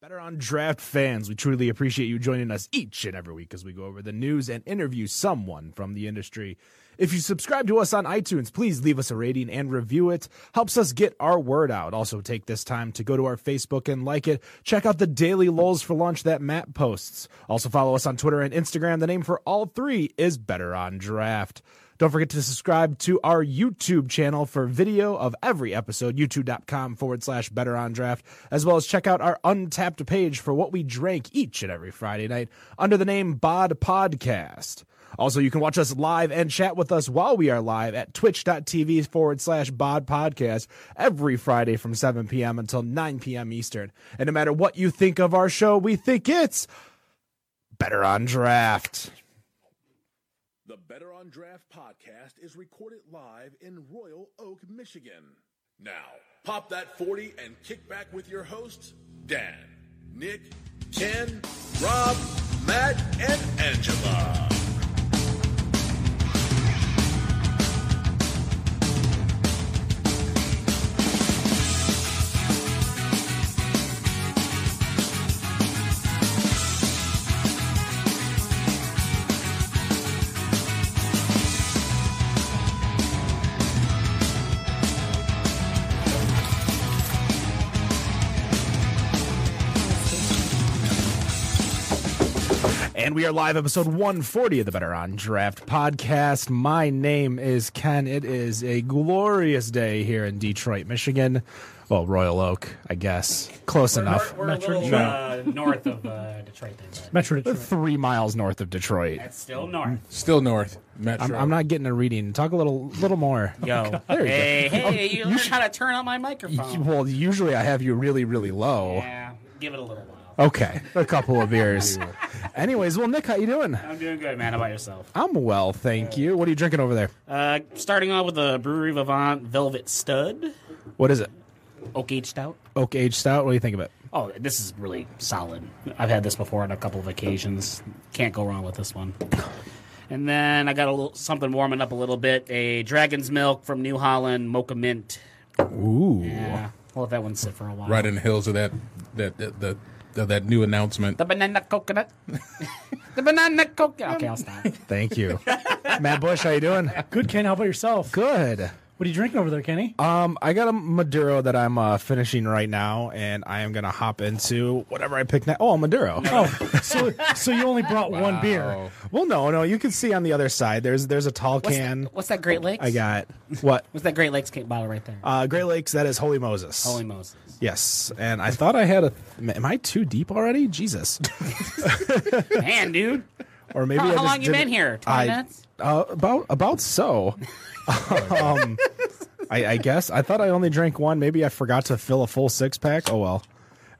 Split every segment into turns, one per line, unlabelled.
Better on Draft fans, we truly appreciate you joining us each and every week as we go over the news and interview someone from the industry. If you subscribe to us on iTunes, please leave us a rating and review it. Helps us get our word out. Also, take this time to go to our Facebook and like it. Check out the daily lulls for lunch that Matt posts. Also, follow us on Twitter and Instagram. The name for all three is Better on Draft. Don't forget to subscribe to our YouTube channel for video of every episode, youtube.com forward slash better on draft, as well as check out our untapped page for what we drank each and every Friday night under the name Bod Podcast. Also, you can watch us live and chat with us while we are live at twitch.tv forward slash bod podcast every Friday from 7 p.m. until 9 p.m. Eastern. And no matter what you think of our show, we think it's better on draft.
The Better on Draft podcast is recorded live in Royal Oak, Michigan. Now, pop that 40 and kick back with your hosts, Dan, Nick, Ken, Rob, Matt, and Angela.
And we are live, episode 140 of the Better on Draft podcast. My name is Ken. It is a glorious day here in Detroit, Michigan. Well, Royal Oak, I guess. Close enough.
We're, we're a little uh, north of uh, Detroit, then, but
Metro Detroit.
Three miles north of Detroit.
that's still north.
Still north. Metro.
I'm, I'm not getting a reading. Talk a little, little more.
Yo,
There you go.
hey,
Oh,
hey, you,
you
learned
should-
how to turn on my microphone.
Well, usually I have you really, really low.
yeah, give it a little while.
Okay, a couple of beers. Anyways, well, Nick, how you doing?
I'm doing good, man. How about yourself?
I'm well, thank you. What are you drinking over there?
Uh, starting off with the Brewery Vivant Velvet Stud
What is it?
Oak Aged Stout.
Oak aged stout. What do you think of it?
Oh, this is really solid. I've had this before on a couple of occasions. Can't go wrong with this one. And then I got a little something warming up a little bit. A Dragon's Milk from New Holland Mocha Mint.
Ooh.
Yeah, I'll let that one sit for a while.
right in the hills of that that that, that, that, that new announcement.
The banana coconut. the banana coconut. Okay, I'll stop.
Thank you, Matt Bush. How you doing?
Good, Ken. How about yourself?
Good.
What are you drinking over there, Kenny?
Um, I got a Maduro that I'm uh, finishing right now, and I am gonna hop into whatever I pick next. Oh, a Maduro.
oh, so so you only brought one beer.
Wow.
Well, no, no. You can see on the other side. There's there's a tall
What's,
can. Oh,
that, what's that Great Lakes?
I got what?
What's that Great Lakes cake bottle right there?
Uh, Great Lakes. That is Holy Moses.
Holy Moses.
Yes, and I thought I had a. Am I too deep already? Jesus,
Man, dude.
or maybe
How,
I
how
just
long you
didn't-
been here? 20
I
minutes?
uh, about about so. um, I, I guess I thought I only drank one. Maybe I forgot to fill a full six pack. Oh well.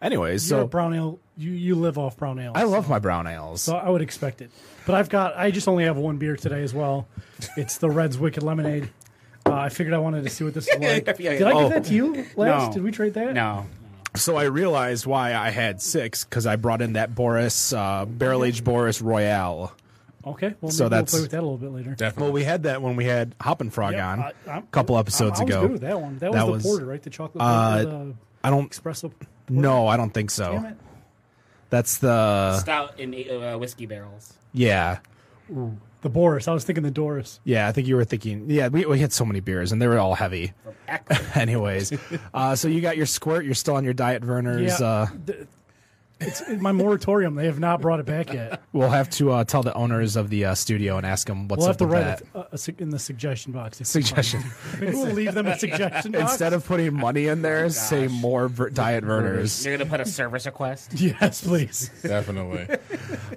Anyways,
You're
so
a brown ale. You you live off brown ale.
I love my brown ales.
So I would expect it. But I've got. I just only have one beer today as well. It's the Reds Wicked Lemonade. Uh, I figured I wanted to see what this is like.
Yeah, yeah.
Did I
Oh.
give that to you last?
No.
Did we trade that?
No.
So I realized why I had six because I brought in that Boris uh, barrel aged Boris Royale.
Okay. Well,
So
maybe
that's-
we'll play with that a little bit later.
Well,
Definitely.
we had that when we had Hoppin' Frog
Yeah,
on
I-
a
I'm
couple
good.
episodes
I, I was
ago.
good with that one. That was
That
the
was-
porter, right? The chocolate
Uh,
porter, the
I don't.
espresso.
No, I don't think so.
Damn it.
That's the
Stout in uh, whiskey barrels.
yeah,
The Boris. I was thinking the Doris.
yeah. I think you were thinking. Yeah, we, we had so many beers and they were all heavy.
Akron.
Anyways, uh, so you got your squirt. You're still on your diet, Verner's.
Yeah.
Uh,
The- it's in my moratorium. They have not brought it back yet.
we'll have to uh, tell the owners of the uh, studio and ask them what's
We'll have
up
to
with
write
that.
it uh, a sug- in the suggestion box. if we find
Suggestion.
it. Maybe we'll leave them a suggestion box.
Instead of putting money in there, say more ver- diet Verner's.
You're going to put a service request?
yes, please.
Definitely.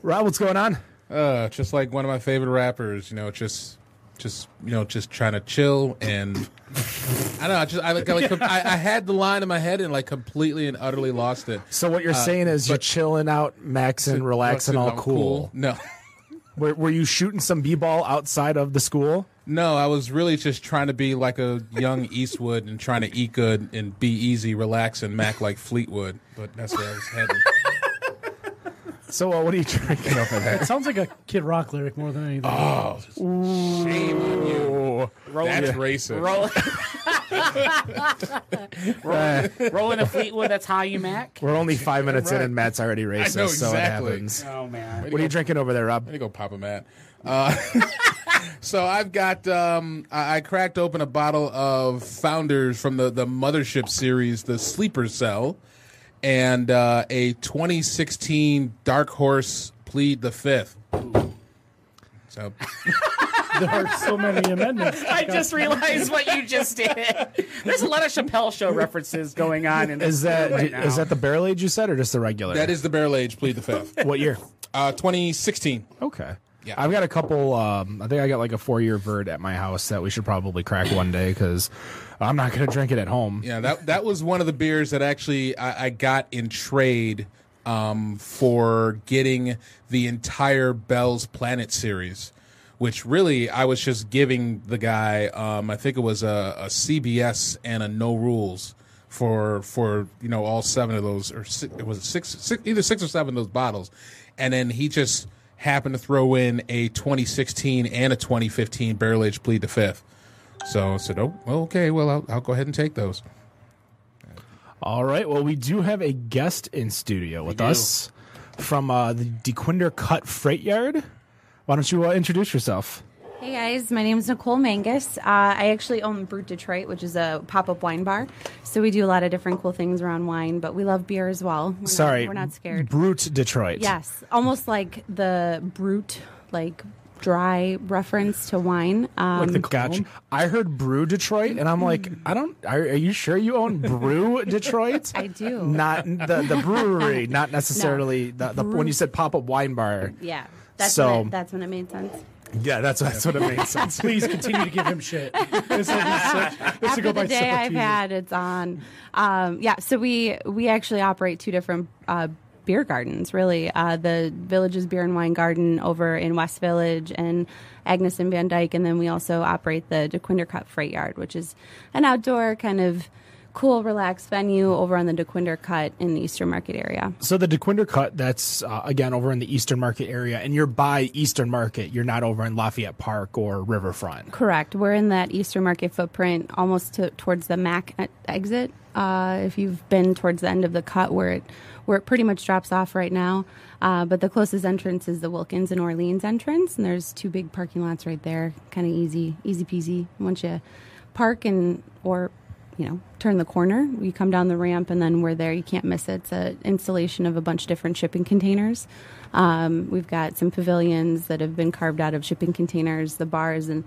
Rob, what's going on?
Uh, just like one of my favorite rappers, you know, just just you know, just trying to chill and I don't know, I just I like, I, like com- I, I had the line in my head and like completely and utterly lost it.
So what you're saying is you're chilling out, maxing, relaxing, all
I'm
cool.
No.
Were, were you shooting some b-ball outside of the school?
No, I was really just trying to be like a young Eastwood and trying to eat good and be easy, relax, and mac like Fleetwood. But that's where I was heading.
So uh, what are you drinking over there?
It sounds like a Kid Rock lyric more than anything.
Shame on you.
Oh.
Roll,
That's racist.
roll, Rolling a Fleetwood, that's how you Mac.
We're only five minutes in, and Matt's already racist,
know
so it
exactly.
happens.
Oh man.
What are you drinking over there, Rob?
There you go, Papa Matt. Uh, so I've got um, I, I cracked open a bottle of Founders from the the Mothership series, the Sleeper Cell, and uh, a 2016 Dark Horse Plead the Fifth. So
There are so many amendments.
I just realized what you just did. There's a lot of Chappelle show references going on in this
Is that
right
is
now.
that the barrel age you said, or just the regular?
that is the barrel age Plead the Fifth.
what year?
Uh, 2016.
Okay.
Yeah.
I've got a couple. Um, I think I got like a four-year verd at my house that we should probably crack one day because I'm not going to drink it at home.
Yeah, that that was one of the beers that actually I, I got in trade um, for getting the entire Bell's Planet series, which really I was just giving the guy. Um, I think it was a, a CBS and a No Rules for for you know all seven of those or six, it was six, six either six or seven of those bottles, and then he just happened to throw in a 2016 and a 2015 barrel aged plead the fifth. So I said, "Oh, well, okay. Well, I'll, I'll go ahead and take those."
All right. Well, we do have a guest in studio with us from uh, the DeQuinder Cut Freight Yard. Why don't you uh, introduce yourself?
Hey guys, my name is Nicole Mangus. Uh, I actually own Brute Detroit, which is a pop up wine bar. So we do a lot of different cool things around wine, but we love beer as well. We're not-
Sorry,
we're not scared.
Brute Detroit.
yes, almost like the Brute, like dry reference to wine. Um, Mm.
Like the gotcha. I heard Brew Detroit, and I'm like, I don't. Are, are you sure you own Brew Detroit?
I do.
Not the the brewery, not necessarily the, the when you said pop up wine bar.
yeah, that's
So-
when it, that's when it made sense.
Yeah, that's that's what it made sense.
Please continue to give him shit. This will be such, this will
After
go
the
by
day
separate
I've
TV.
had, it's on. Um, yeah, so we we actually operate two different uh, beer gardens, really. Uh, the Village's Beer and Wine Garden over in West Village and Agnes and Van Dyke, and then we also operate the DeQuinder Cut Freight Yard, which is an outdoor kind of cool, relaxed venue over on the DeQuinder Cut in the Eastern Market area.
So the DeQuinder cut, that's uh, again over in the Eastern Market area, and you're by Eastern Market. You're not over in Lafayette Park or Riverfront.
Correct. We're in that Eastern Market footprint, almost to, towards the Mac e- exit. Uh, if you've been towards the end of the cut, where it where it pretty much drops off right now, uh, but the closest entrance is the Wilkins and Orleans entrance, and there's two big parking lots right there. Kind of easy, easy peasy. Once you park and or you know turn the corner, you come down the ramp, and then we're there. You can't miss it. It's an installation of a bunch of different shipping containers. Um, we've got some pavilions that have been carved out of shipping containers, the bars, and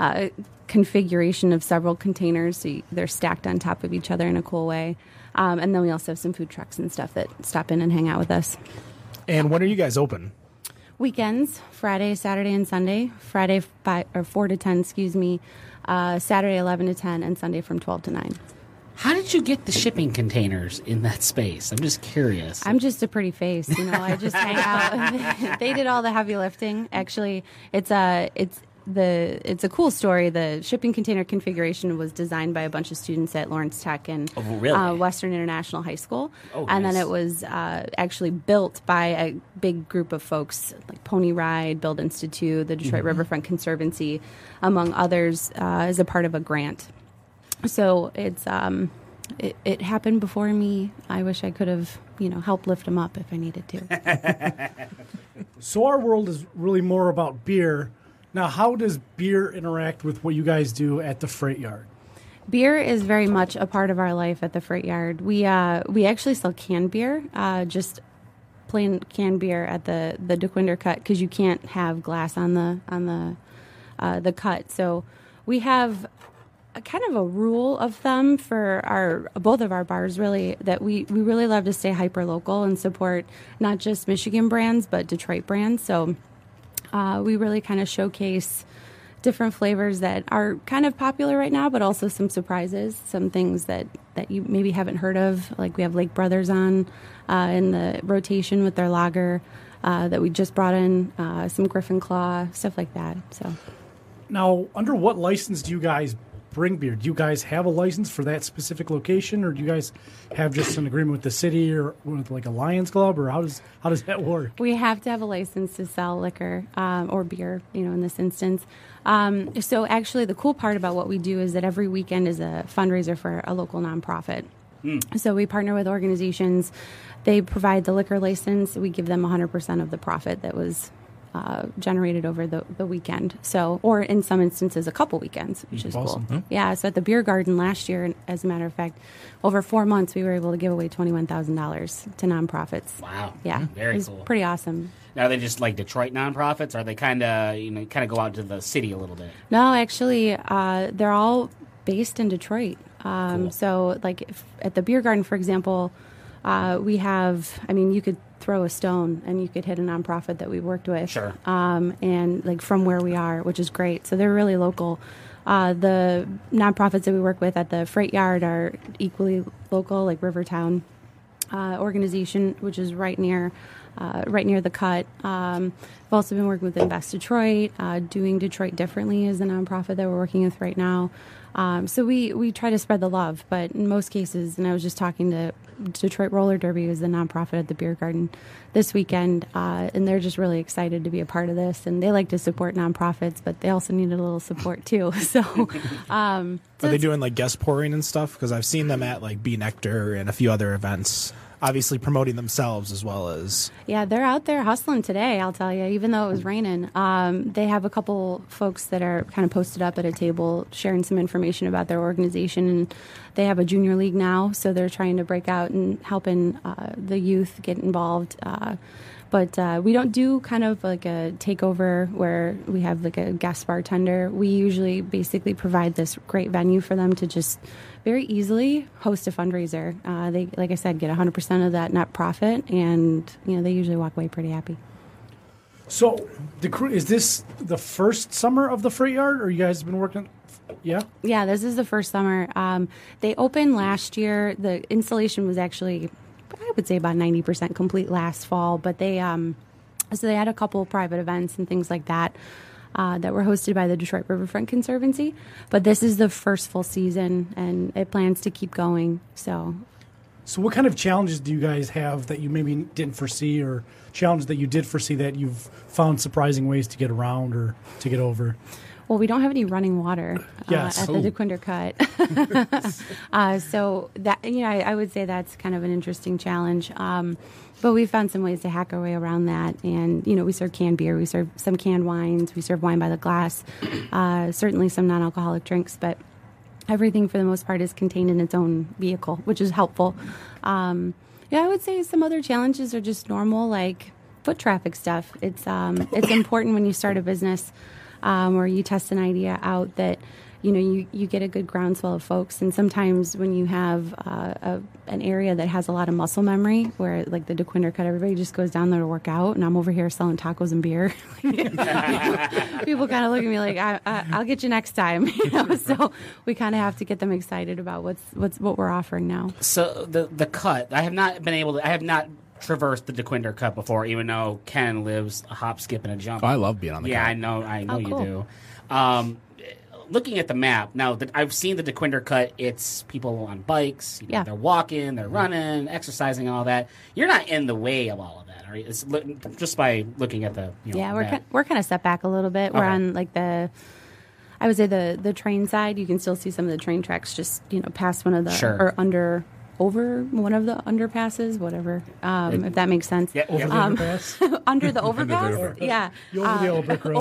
uh, configuration of several containers. So you, they're stacked on top of each other in a cool way. Um, and then we also have some food trucks and stuff that stop in and hang out with us.
And when are you guys open?
Weekends, Friday, Saturday, and Sunday. Friday five, or four to ten, excuse me. Uh, Saturday eleven to ten, and Sunday from twelve to nine.
How did you get the shipping containers in that space? I'm just curious.
I'm just a pretty face, you know. I just hang out. they did all the heavy lifting. Actually, it's a it's the it's a cool story. The shipping container configuration was designed by a bunch of students at Lawrence Tech and
really?
uh, Western International High School,
Oh,
and
nice.
then it was uh, actually built by a big group of folks like Pony Ride, Build Institute, the
Mm-hmm.
Detroit Riverfront Conservancy, among others, uh, as a part of a grant so it's um it, it happened before me i wish i could have you know helped lift him up if i needed to
So our world is really more about beer. Now, how does beer interact with what you guys do at the freight yard?
beer is very much a part of our life at the freight yard we uh we actually sell canned beer uh just plain canned beer at the the DeQuinder cut because you can't have glass on the on the uh, the cut so we have a kind of a rule of thumb for our both of our bars really that we we really love to stay hyper local and support not just Michigan brands but Detroit brands so uh, we really kind of showcase different flavors that are kind of popular right now, but also some surprises, some things that, that you maybe haven't heard of. Like we have Lake Brothers on uh, in the rotation with their lager uh, that we just brought in, uh, some Griffin Claw, stuff like that. So
Now, under what license do you guys bring beer? Do you guys have a license for that specific location, or do you guys have just an agreement with the city or with like a Lions Club, or how does how does that work?
We have to have a license to sell liquor um, or beer, you know, in this instance. Um, so, actually, the cool part about what we do is that every weekend is a fundraiser for a local nonprofit. So, we partner with organizations. They provide the liquor license. We give them 100% of the profit that was uh, generated over the, the weekend. So, or in some instances, a couple weekends, which is
Awesome.
cool. Yeah. So at the beer garden last year, and as a matter of fact, over four months, we were able to give away twenty-one thousand dollars to nonprofits.
Wow.
Yeah.
Very
it was
cool.
Pretty awesome.
Now, are they just like Detroit nonprofits? Or are they kind of, you know, kind of go out to the city a little bit?
No, actually, uh, they're all based in Detroit. Um, So, like if, at the beer garden, for example, uh, we have. I mean, you could throw a stone and you could hit a nonprofit that we worked with.
Sure.
Um, and like from where we are, which is great. So they're really local. Uh, the nonprofits that we work with at the Freight Yard are equally local, like Rivertown uh, organization, which is right near, uh, right near the cut. Um, I've also been working with Invest Detroit, uh, doing Detroit differently is a nonprofit that we're working with right now. Um, so we we try to spread the love, but in most cases, and I was just talking to Detroit Roller Derby, who's the nonprofit at the Beer Garden this weekend, uh, and they're just really excited to be a part of this, and they like to support nonprofits, but they also need a little support too. So. Um, so
Are they
it's-
doing like guest pouring and stuff? Because I've seen them at like Bee Nectar and a few other events, obviously promoting themselves as well as.
Yeah, they're out there hustling today, I'll tell you, even though it was raining. Um, they have a couple folks that are kind of posted up at a table sharing some information about their organization. And they have a junior league now, so they're trying to break out and helping uh, the youth get involved. Uh, but uh, we don't do kind of like a takeover where we have like a guest bartender. We usually basically provide this great venue for them to just very easily host a fundraiser. Uh, they, like I said, get 100% of that net profit, and you know they usually walk away pretty happy.
So, the crew is this the first summer of the Freight Yard, or you guys have been working? Yeah.
Yeah, this is the first summer. Um, they opened last year. The installation was actually, I would say, about ninety percent complete last fall. But they, um, so they had a couple of private events and things like that uh, that were hosted by the Detroit Riverfront Conservancy. But this is the first full season, and it plans to keep going. So
So, what kind of challenges do you guys have that you maybe didn't foresee, or challenges that you did foresee that you've found surprising ways to get around or to get over?
Well, we don't have any running water uh,
Yes.
at the DeQuinder Cut. uh, so that you know, I, I would say that's kind of an interesting challenge. Um, but we found some ways to hack our way around that, and you know, we serve canned beer, we serve some canned wines, we serve wine by the glass, uh, certainly some non-alcoholic drinks, but everything for the most part is contained in its own vehicle, which is helpful. Um, yeah, I would say some other challenges are just normal, like foot traffic stuff. It's um, it's important when you start a business um, or you test an idea out that you know you, you get a good groundswell of folks. And sometimes when you have uh, a, an area that has a lot of muscle memory, where like the DeQuinder cut, everybody just goes down there to work out, and I'm over here selling tacos and beer. people kind of look at me like I, I, I'll get you next time. You know? So we kind of have to get them excited about what's what's what we're offering now.
So the the cut, I have not been able to. I have not traversed the DeQuinder cut before, even though Ken lives a hop, skip, and a
Oh,
jump.
love being on
yeah, Oh, I know, I know
Oh,
you
cool.
do. Um, looking at the map now, that I've seen the DeQuinder cut. It's people on bikes. You know,
Yeah.
they're walking, they're running, exercising, all that. You're not in the way of all of that, are you? It's li- just by looking at the you know,
Yeah, we're
map.
ki- we're kind of set back a little bit. We're
Okay.
on like the. I would say the the train side. You can still see some of the train tracks, just you know, past one of the
Sure.
or under over one of the underpasses, whatever, um, if that makes sense.
Yeah,
Over the
yeah.
underpass?
under the overpass,
overpass.
yeah,
You over the old brick road.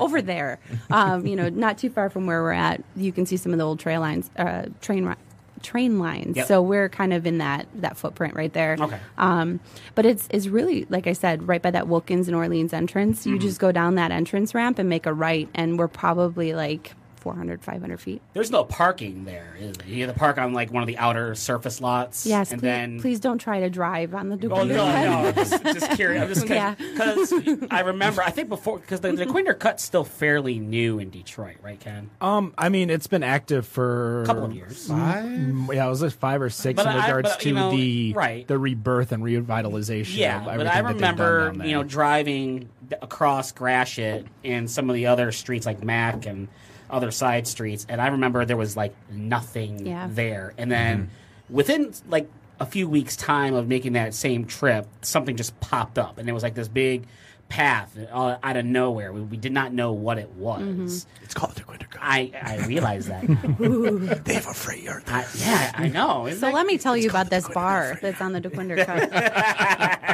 over there. Um, you know, not too far from where we're at, you can see some of the old trail lines, uh, train ri- train lines.
Yep.
So we're kind of in that that footprint right there.
Okay.
Um, but it's it's really like I said, right by that Wilkins and Orleans entrance.
Mm-hmm.
You just go down that entrance ramp and make a right, and we're probably like 400, 500 feet.
There's no parking there. Is there? You have to park on like one of the outer surface lots.
Yes,
and
please,
then
please don't try to drive on the.
Oh
Duquesne.
no, no, just, just curious. I'm just
Yeah.
because I remember. I think before because the, the Quinder cut's still fairly new in Detroit, right, Ken?
Um, I mean, it's been active for a
couple of years.
Mm, Yeah, it was like five or six
But
in
I-
regards
but,
to
you know,
the
right.
the rebirth and revitalization.
Yeah,
of
but
everything
I
that they've done
remember
down there.
you know driving d- across Gratiot and some of the other streets like Mac and other side streets, and I remember there was like nothing
Yeah.
there. And then
Mm-hmm.
within like a few weeks' time of making that same trip, something just popped up, and it was like this big path uh, out of nowhere. We, we did not know what it was.
Mm-hmm.
It's called the Winter Cup.
I I realize that. now.
They have a freight yard.
I, yeah, I know. Isn't
So
that-
let me tell you about this bar that's on the DeQuinder Cut.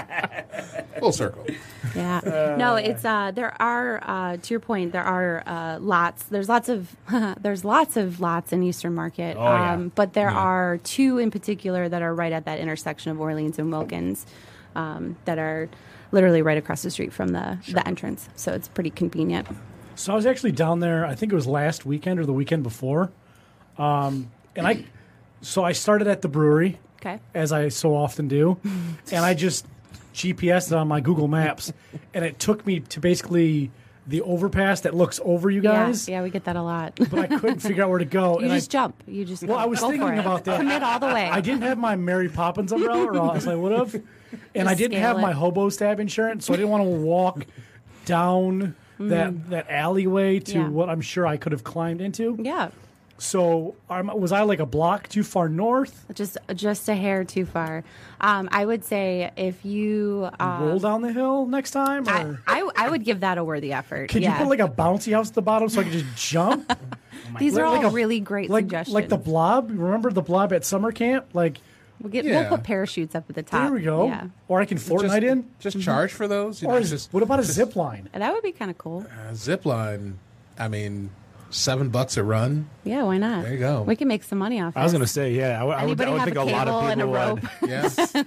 Full circle.
Yeah. no, it's uh there are uh to your point, there are uh lots. There's lots of there's lots of lots in Eastern Market. um,
Oh, yeah.
but there are two in particular that are right at that intersection of Orleans and Wilkins um that are literally right across the street from the the entrance. So it's pretty convenient.
So I was actually down there. I think it was last weekend or the weekend before, um, and I. So I started at the brewery,
Okay.
as I so often do, and I just GPSed it on my Google Maps, and it took me to basically the overpass that looks over you guys.
Yeah, yeah, we get that a lot.
But I couldn't figure out where to go,
You
and I
just jump. You just
Well,
go-
I was
go for
thinking
it.
about that.
Commit all the way.
I didn't have my Mary Poppins umbrella, or else I would have. And I
Just
didn't
scale
have my
it.
hobo stab insurance, so I didn't want to walk down that that alleyway to
Mm. Yeah.
what I'm sure I could have climbed into.
Yeah.
So um, was I like a block too far north?
Just just a hair too far. Um, I would say if you um,
roll down the hill next time, or
I, I, I would give that a worthy effort.
could
yeah.
you put like a bouncy house at the bottom so I could just jump?
These are
like a-
all really great
like
suggestions.
like the blob. Remember the blob at summer camp? Like
we'll, get,
Yeah.
we'll put parachutes up at the top.
there we go.
Uh, Yeah.
Or I can Fortnite
just,
in. Mm-hmm.
Just charge for those. You
Or
know,
is,
just
what about a zip line?
That would be kind of cool.
a zip line? I mean, seven bucks a run.
Yeah, why not?
There you go.
We can make some money off.
I was
this.
going to say, yeah, I, would- I would,
Anybody
I would
have
think
a
a,
cable
lot of
and a
people
rope?
would.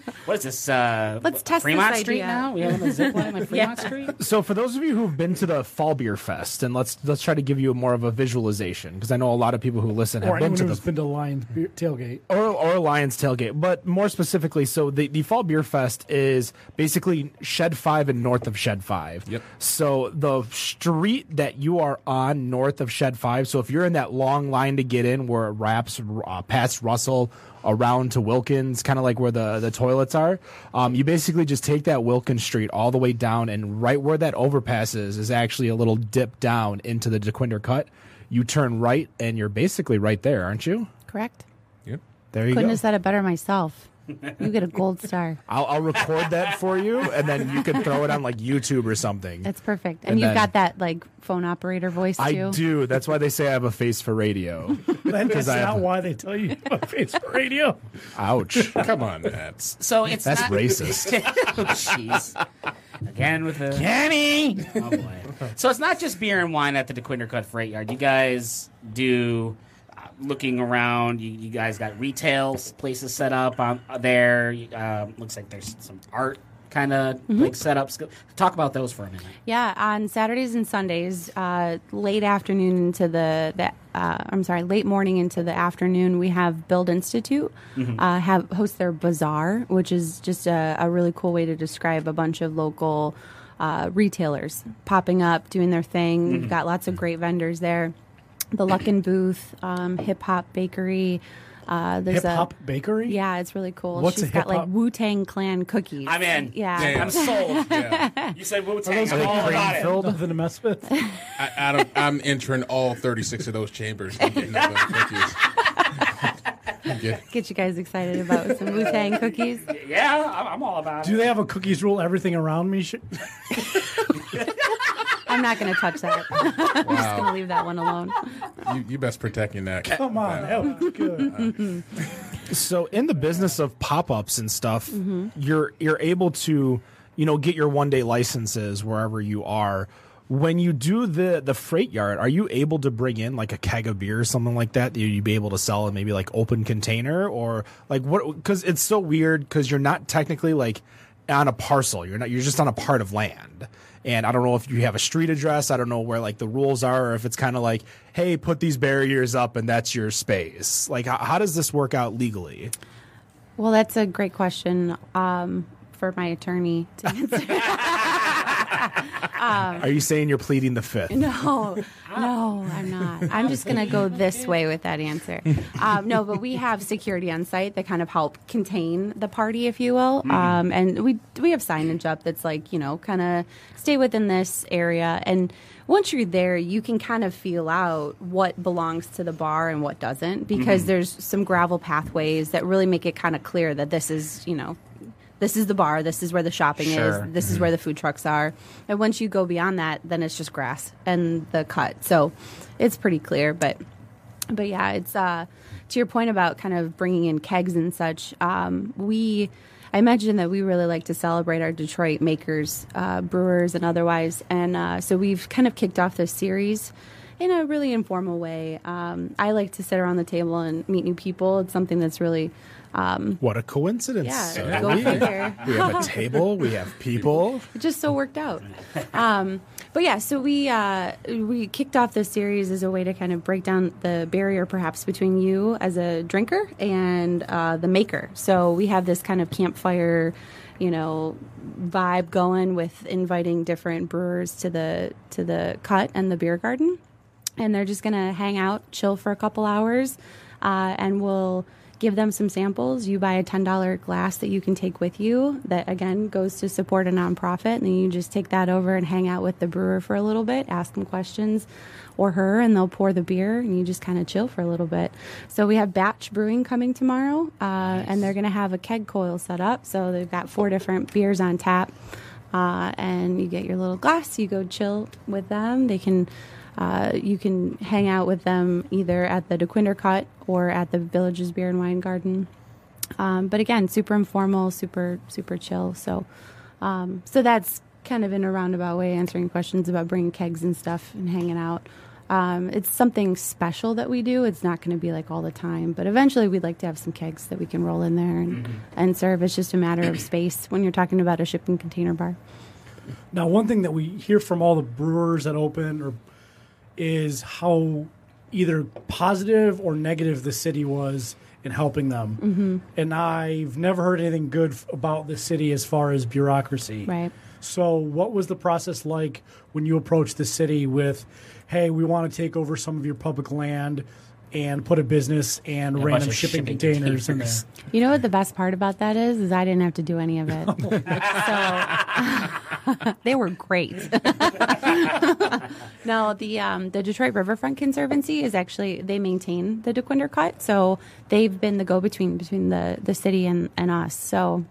Yeah.
What is this? Uh,
Let's
what,
test this
Fremont Street
idea.
now. We have a zip line at Fremont Street.
So for those of you who've been to the Fall Beer Fest, and let's let's try to give you more of a visualization because I know a lot of people who listen have
Or
been
anyone
to
who's
the
been to Lions beer- tailgate.
or, or Lions tailgate, but more specifically, so the, the Fall Beer Fest is basically Shed 5 and north of Shed 5.
Yep.
So the street that you are on north of Shed 5, so if you're in that long line to get in where it wraps uh, past Russell around to Wilkins, kind of like where the, the toilets are, um, you basically just take that Wilkins Street all the way down, and right where that overpass is, is actually a little dip down into the DeQuinder Cut. You turn right, and you're basically right there, aren't you?
Correct.
Yep.
There you
Couldn't
go.
have said it better myself. You get a gold star.
I'll, I'll record that for you, and then you can throw it on like YouTube or something.
That's perfect. And,
And
you've
then-
got that like phone operator voice too.
I do. That's why they say I have a face for radio.
That's
I
not
have-
why they tell you about face radio.
Ouch.
Come on, man.
So it's
That's
not-
racist.
Oh, Jeez. Again with the
Kenny!
oh boy. So it's not just beer and wine at the DeQuinder Cut Freight Yard. You guys do uh, looking around. You, you guys got retail s- places set up on uh, there. You, Um, looks like there's some art kind of
Mm-hmm.
like setups. Go- Talk about those for a minute.
Yeah, on Saturdays and Sundays, uh, late afternoon into the, the uh, I'm sorry, late morning into the afternoon, we have Build Institute uh, have host their bazaar, which is just a, a really cool way to describe a bunch of local uh, retailers popping up, doing their thing. We've got lots of great vendors there. The Luckin Booth, um, Hip Hop Bakery. Uh, there's
Hip
a
hop bakery?
Yeah, it's really cool.
What's
She's
a
got like
hip-hop-
Wu Tang Clan cookies.
I'm in.
Yeah.
Damn.
I'm sold.
Yeah.
You said Wu
Are
Tang.
those
I'm all about it.
filled? Nothing to mess with.
I, I don't, I'm entering all 36 of those chambers. I'm getting all those cookies. Yeah.
Get you guys excited about some Wu Tang cookies.
Yeah, I'm, I'm all about
Do
it.
they have a cookies rule everything around me? Sh-
I'm not going to touch that. I'm just going to leave that one alone.
You, you best protect your neck.
Come on, that would be good.
so in the business of pop-ups and stuff you're you're able to you know get your one day licenses wherever you are when you do the the freight yard are you able to bring in like a keg of beer or something like that that you'd be able to sell in maybe like open container or like what because it's so weird because you're not technically like on a parcel you're not you're just on a part of land and i don't know if you have a street address i don't know where like the rules are or if it's kind of like hey put these barriers up and that's your space like how, how does this work out legally
Well, that's a great question um, for my attorney to answer.
Are you saying you're pleading the fifth?
No, no, I'm not. I'm just going to go this way with that answer. Um, no, but we have security on site that kind of help contain the party, if you will. Um, and we we have signage up that's like you know kind of stay within this area. And once you're there, you can kind of feel out what belongs to the bar and what doesn't because there's some gravel pathways that really make it kind of clear that this is you know. This is the bar. This is where the shopping
Sure.
is. This is where the food trucks are. And once you go beyond that, then it's just grass and the cut. So it's pretty clear. But but yeah, it's uh, to your point about kind of bringing in kegs and such. Um, we I imagine that we really like to celebrate our Detroit makers, uh, brewers, and otherwise. And uh, so we've kind of kicked off this series. In a really informal way, um, I like to sit around the table and meet new people. It's something that's really
What a coincidence.
Yeah,
So
go
we,
figure.
we have a table, we have people.
it just so worked out. Um, but yeah, so we uh, we kicked off this series as a way to kind of break down the barrier, perhaps between you as a drinker and uh, the maker. So we have this kind of campfire, you know, vibe going with inviting different brewers to the to the cut and the beer garden and they're just going to hang out, chill for a couple hours, uh, and we'll give them some samples. You buy a $10 glass that you can take with you, that again goes to support a nonprofit, and then you just take that over and hang out with the brewer for a little bit, ask them questions or her, and they'll pour the beer, and you just kind of chill for a little bit. So we have batch brewing coming tomorrow, uh, and they're going to have a keg coil set up. So they've got four different beers on tap uh, and you get your little glass. You go chill with them. They can, uh, you can hang out with them either at the DeQuinder Cut or at the Village's Beer and Wine Garden. Um, but again, super informal, super super chill. So, um, so that's kind of in a roundabout way answering questions about bringing kegs and stuff and hanging out. Um, it's something special that we do. It's not going to be like all the time, but eventually we'd like to have some kegs that we can roll in there and, and serve. It's just a matter of space when you're talking about a shipping container bar.
Now, one thing that we hear from all the brewers that open or is how either positive or negative the city was in helping them. Mm-hmm. And I've never heard anything good f- about the city as far as bureaucracy.
Right.
So, what was the process like when you approached the city with, "Hey, we want to take over some of your public land and put a business and
bunch
random
of
shipping,
shipping
containers, in
containers.
there"?
You know what the best part about that is? Is I didn't have to do any of it. so they were great. no, the um, the Detroit Riverfront Conservancy is actually they maintain the DeQuinder Cut, so they've been the go between between the the city and and us. So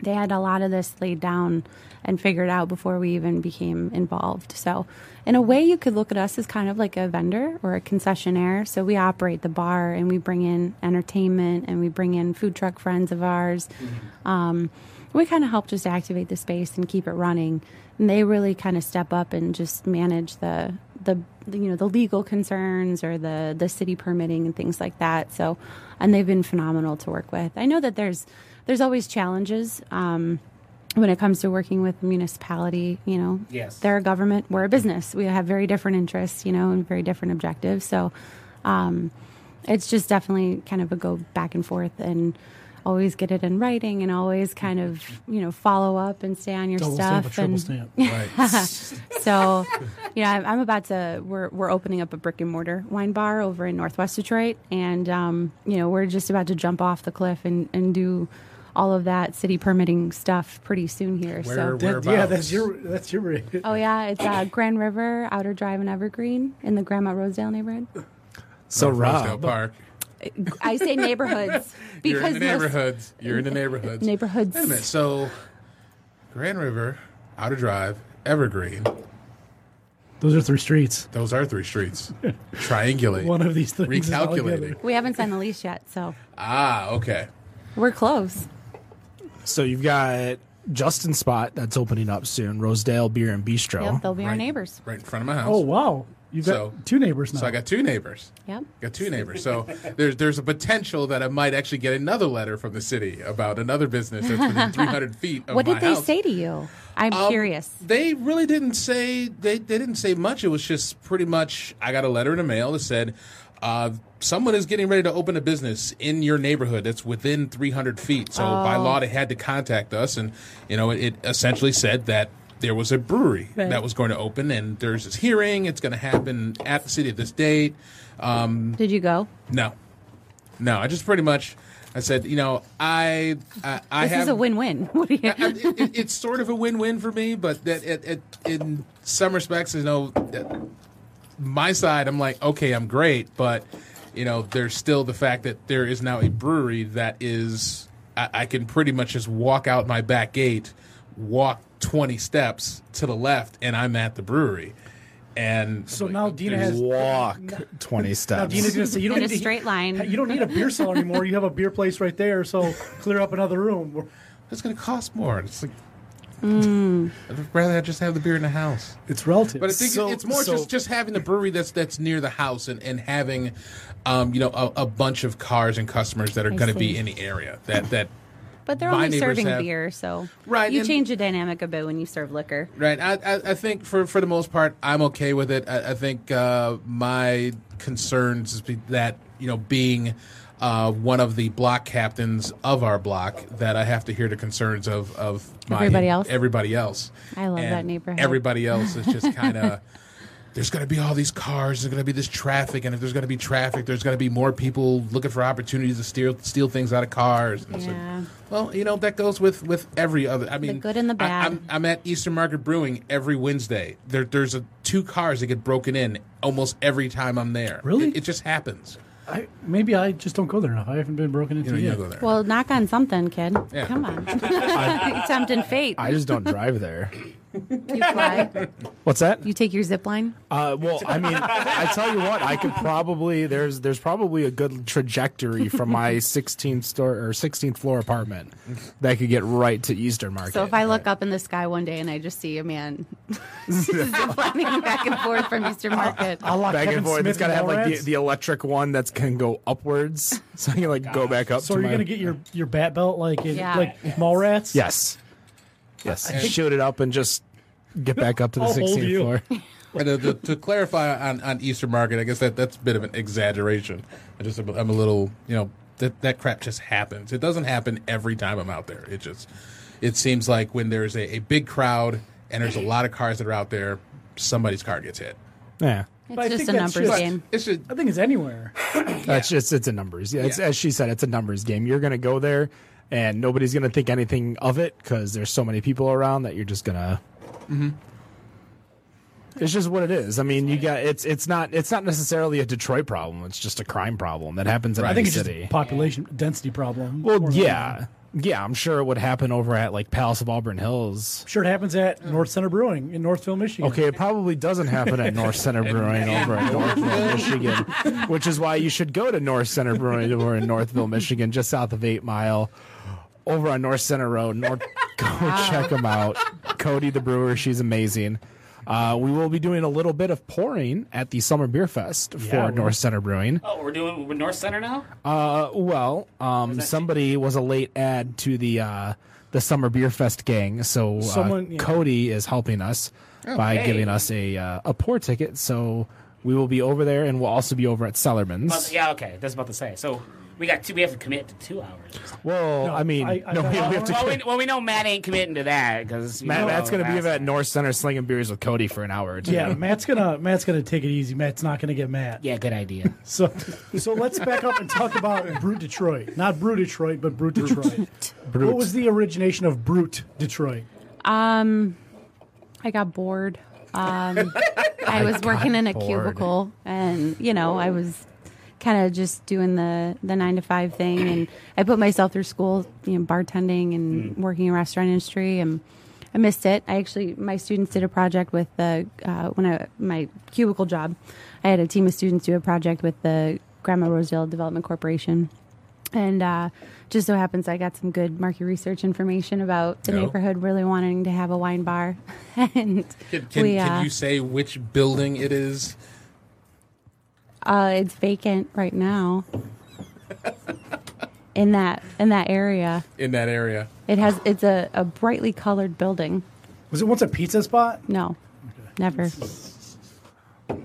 they had a lot of this laid down and figured out before we even became involved. So, in a way, you could look at us as kind of like a vendor or a concessionaire. So, we operate the bar and we bring in entertainment and we bring in food truck friends of ours. Um, we kind of help just activate the space and keep it running. And they really kind of step up and just manage the the you know the legal concerns or the the city permitting and things like that. So, and they've been phenomenal to work with. I know that there's there's always challenges um, when it comes to working with the municipality. You know,
Yes.
they're a government, we're a business. We have very different interests, you know, and very different objectives. So, um, it's just definitely kind of a go back and forth and. Always get it in writing, and always kind of you know follow up and stay on your
Double
stuff.
stamp, a triple
and-
stamp.
so, yeah, I'm, I'm about to. We're we're opening up a brick and mortar wine bar over in Northwest Detroit, and um, you know we're just about to jump off the cliff and and do all of that city permitting stuff pretty soon here.
Where- where-
so.
That- yeah,
Whereabouts?
that's your that's your. It
Oh yeah, it's uh, Grand River, Outer Drive, and Evergreen in the Grandma Rosedale neighborhood.
So,
Rosedale
Rob,
Park.
I say neighborhoods
You're
because
in the
most-
neighborhoods. You're in the neighborhoods.
Neighborhoods.
Wait a minute. So, Grand River, Outer Drive, Evergreen.
Those are three streets.
Those are three streets. Triangulate.
One of these things. is all
Recalculating.
together.
We haven't signed the lease yet, so
Ah, okay.
we're close.
so you've got Justin Spot that's opening up soon, Rosedale Beer and Bistro.
Yep, they'll be our
Right-
neighbors.
Right in front of my house.
Oh wow, you've got
So-
two neighbors now.
So I got two neighbors.
Yep.
Got two neighbors. So there's there's a potential that I might actually get another letter from the city about another business that's within 300 feet of
What
my
did they
house.
say to you? I'm
Um,
curious.
They really didn't say they, they didn't say much. It was just pretty much I got a letter in the mail that said uh, someone is getting ready to open a business in your neighborhood that's within
Oh.
300 feet. So by law they had to contact us, and you know it, it essentially said that there was a brewery
Right.
that was going to open, and there's this hearing. It's going to happen at the city at this date.
Did you go?
No, no, I just pretty much I said, you know, I I, I
This
have
is a win-win. What do you?
I- it, it, it's sort of a win-win for me, but that it, it, in some respects, you know, that- my side, I'm like, okay, I'm great, but you know, there's still the fact that there is now a brewery that is, I, I can pretty much just walk out my back gate, walk 20 steps to the left, and I'm at the brewery, and
So now Dina has.
Walk 20
Now
steps.
Dina's gonna say you don't
In a
need to-
straight line.
You don't need a beer cellar anymore. You have a beer place right there. So clear up another room.
it's going to cost more. And It's like. I'd rather just have the beer in the house.
It's relative.
But I think
So-
it's more
so-
just just having the brewery that's that's near the house and and having, um, you know, a, a bunch of cars and customers that are
I
going to be
see.
in the area that that.
But they're
My
only
neighbors
serving
have-
beer, so
Right,
You
and-
change the dynamic a bit when you serve liquor.
Right, I, I I think for for the most part I'm okay with it. I, I think uh, my concerns is be that you know being uh, one of the block captains of our block that I have to hear the concerns of of my
Everybody else?
Everybody else.
I love that
And
neighborhood.
Everybody else is just kind of. there's going to be all these cars. There's going to be this traffic, and if there's going to be traffic, there's going to be more people looking for opportunities to steal steal things out of cars. And it's like,
Yeah.
well, you know that goes with with every other. I mean,
good and the
I-
bad.
I'm, I'm at Eastern Market Brewing every Wednesday. There, there's a, two cars that get broken in almost every time I'm there.
Really?
It, it just happens.
I, maybe I just don't go there enough. I haven't been broken
You
into
know, you
yet.
go there.
Well, knock on something, kid.
Yeah.
Come on, tempting fate.
I just don't drive there.
you fly.
What's that?
You take your zip line.
Uh, well, I mean, I tell you what, I could probably there's there's probably a good trajectory from my 16th store or 16th floor apartment that could get right to Eastern Market.
So if I look up in the sky one day and I just see a man zip lining back and forth from Eastern Market,
I lock
back
Kevin
and forth,
Smith
it's got to have like the,
Mallrats.
the electric one that's can go upwards, so I can like go back up.
So
to
you're
my-
gonna get your your bat belt like in,
Yeah.
like Mallrats?
yes, yes, shoot it up and just get back up to the
I'll hold
16th
you.
floor.
And, uh, to, to clarify on, on Eastern Market, I guess that, that's a bit of an exaggeration. I just I'm a little you know that that crap just happens. It doesn't happen every time I'm out there. It just it seems like when there's a, a big crowd and there's a lot of cars that are out there, somebody's car gets hit.
Yeah.
I
it's just
think
a
that's
numbers
just-
game.
It's just
I think it's anywhere.
It's just it's a numbers. Yeah, it's,
Yeah.
as she said, it's a numbers game. You're gonna go there, and nobody's gonna think anything of it because there's so many people around that you're just gonna.
Mm-hmm.
It's just what it is. I mean, you got it's it's not it's not necessarily a Detroit problem. It's just a crime problem that happens in
Right.
any
I think it's just
city.
a population density problem.
well,
Or-
yeah, yeah. I'm sure it would happen over at like Palace of Auburn Hills.
I'm sure it happens at North Center Brewing in Northville, Michigan.
Okay, it probably doesn't happen at North Center Brewing over in Northville, Michigan, which is why you should go to North Center Brewing over in Northville, Michigan, just south of Eight Mile, over on North Center Road. North, go check them out. Cody the brewer, she's amazing. Uh, we will be doing a little bit of pouring at the Summer Beer Fest for
Yeah, we-
North Center Brewing.
Oh, we're doing we're North Center now.
Uh, well, um, somebody was a late ad to the uh, the Summer Beer Fest gang, so uh,
Someone- yeah.
Cody is helping us by
Oh, hey.
giving us a uh, a pour ticket. So we will be over there, and we'll also be over at
Well,
Sellerman's.
Oh, yeah, okay. That's about to say. So we got two. We have to commit to two hours.
Well, I mean,
I- I
no, we,
thought-
we have to.
Well, we, well, we know Matt ain't committing to that because
Matt, Matt's going to be at
that.
North Center slinging beers with Cody for an hour or two.
Yeah, Matt's gonna Matt's gonna take it easy. Matt's not gonna get mad.
Yeah, good idea.
So so let's back up and talk about Brute Detroit. Not Brute Detroit, but Brute Detroit. What was the origination of Brute Detroit?
I got bored. Um, I was working in a
bored.
cubicle, and you know, I was kind of just doing the the nine to five thing, and I put myself through school, you know, bartending and working in restaurant industry, and I missed it. I actually, my students did a project with the uh, when I my cubicle job, I had a team of students do a project with the Grandma Rosedale Development Corporation. And uh, just so happens I got some good market research information about the
Oh.
neighborhood really wanting to have a wine bar. and
Can, can,
we, uh,
can you say which building it is?
uh, it's vacant right now. in that in that area.
in that area.
It has it's a, a brightly colored building.
Was it once a pizza spot?
No. Never.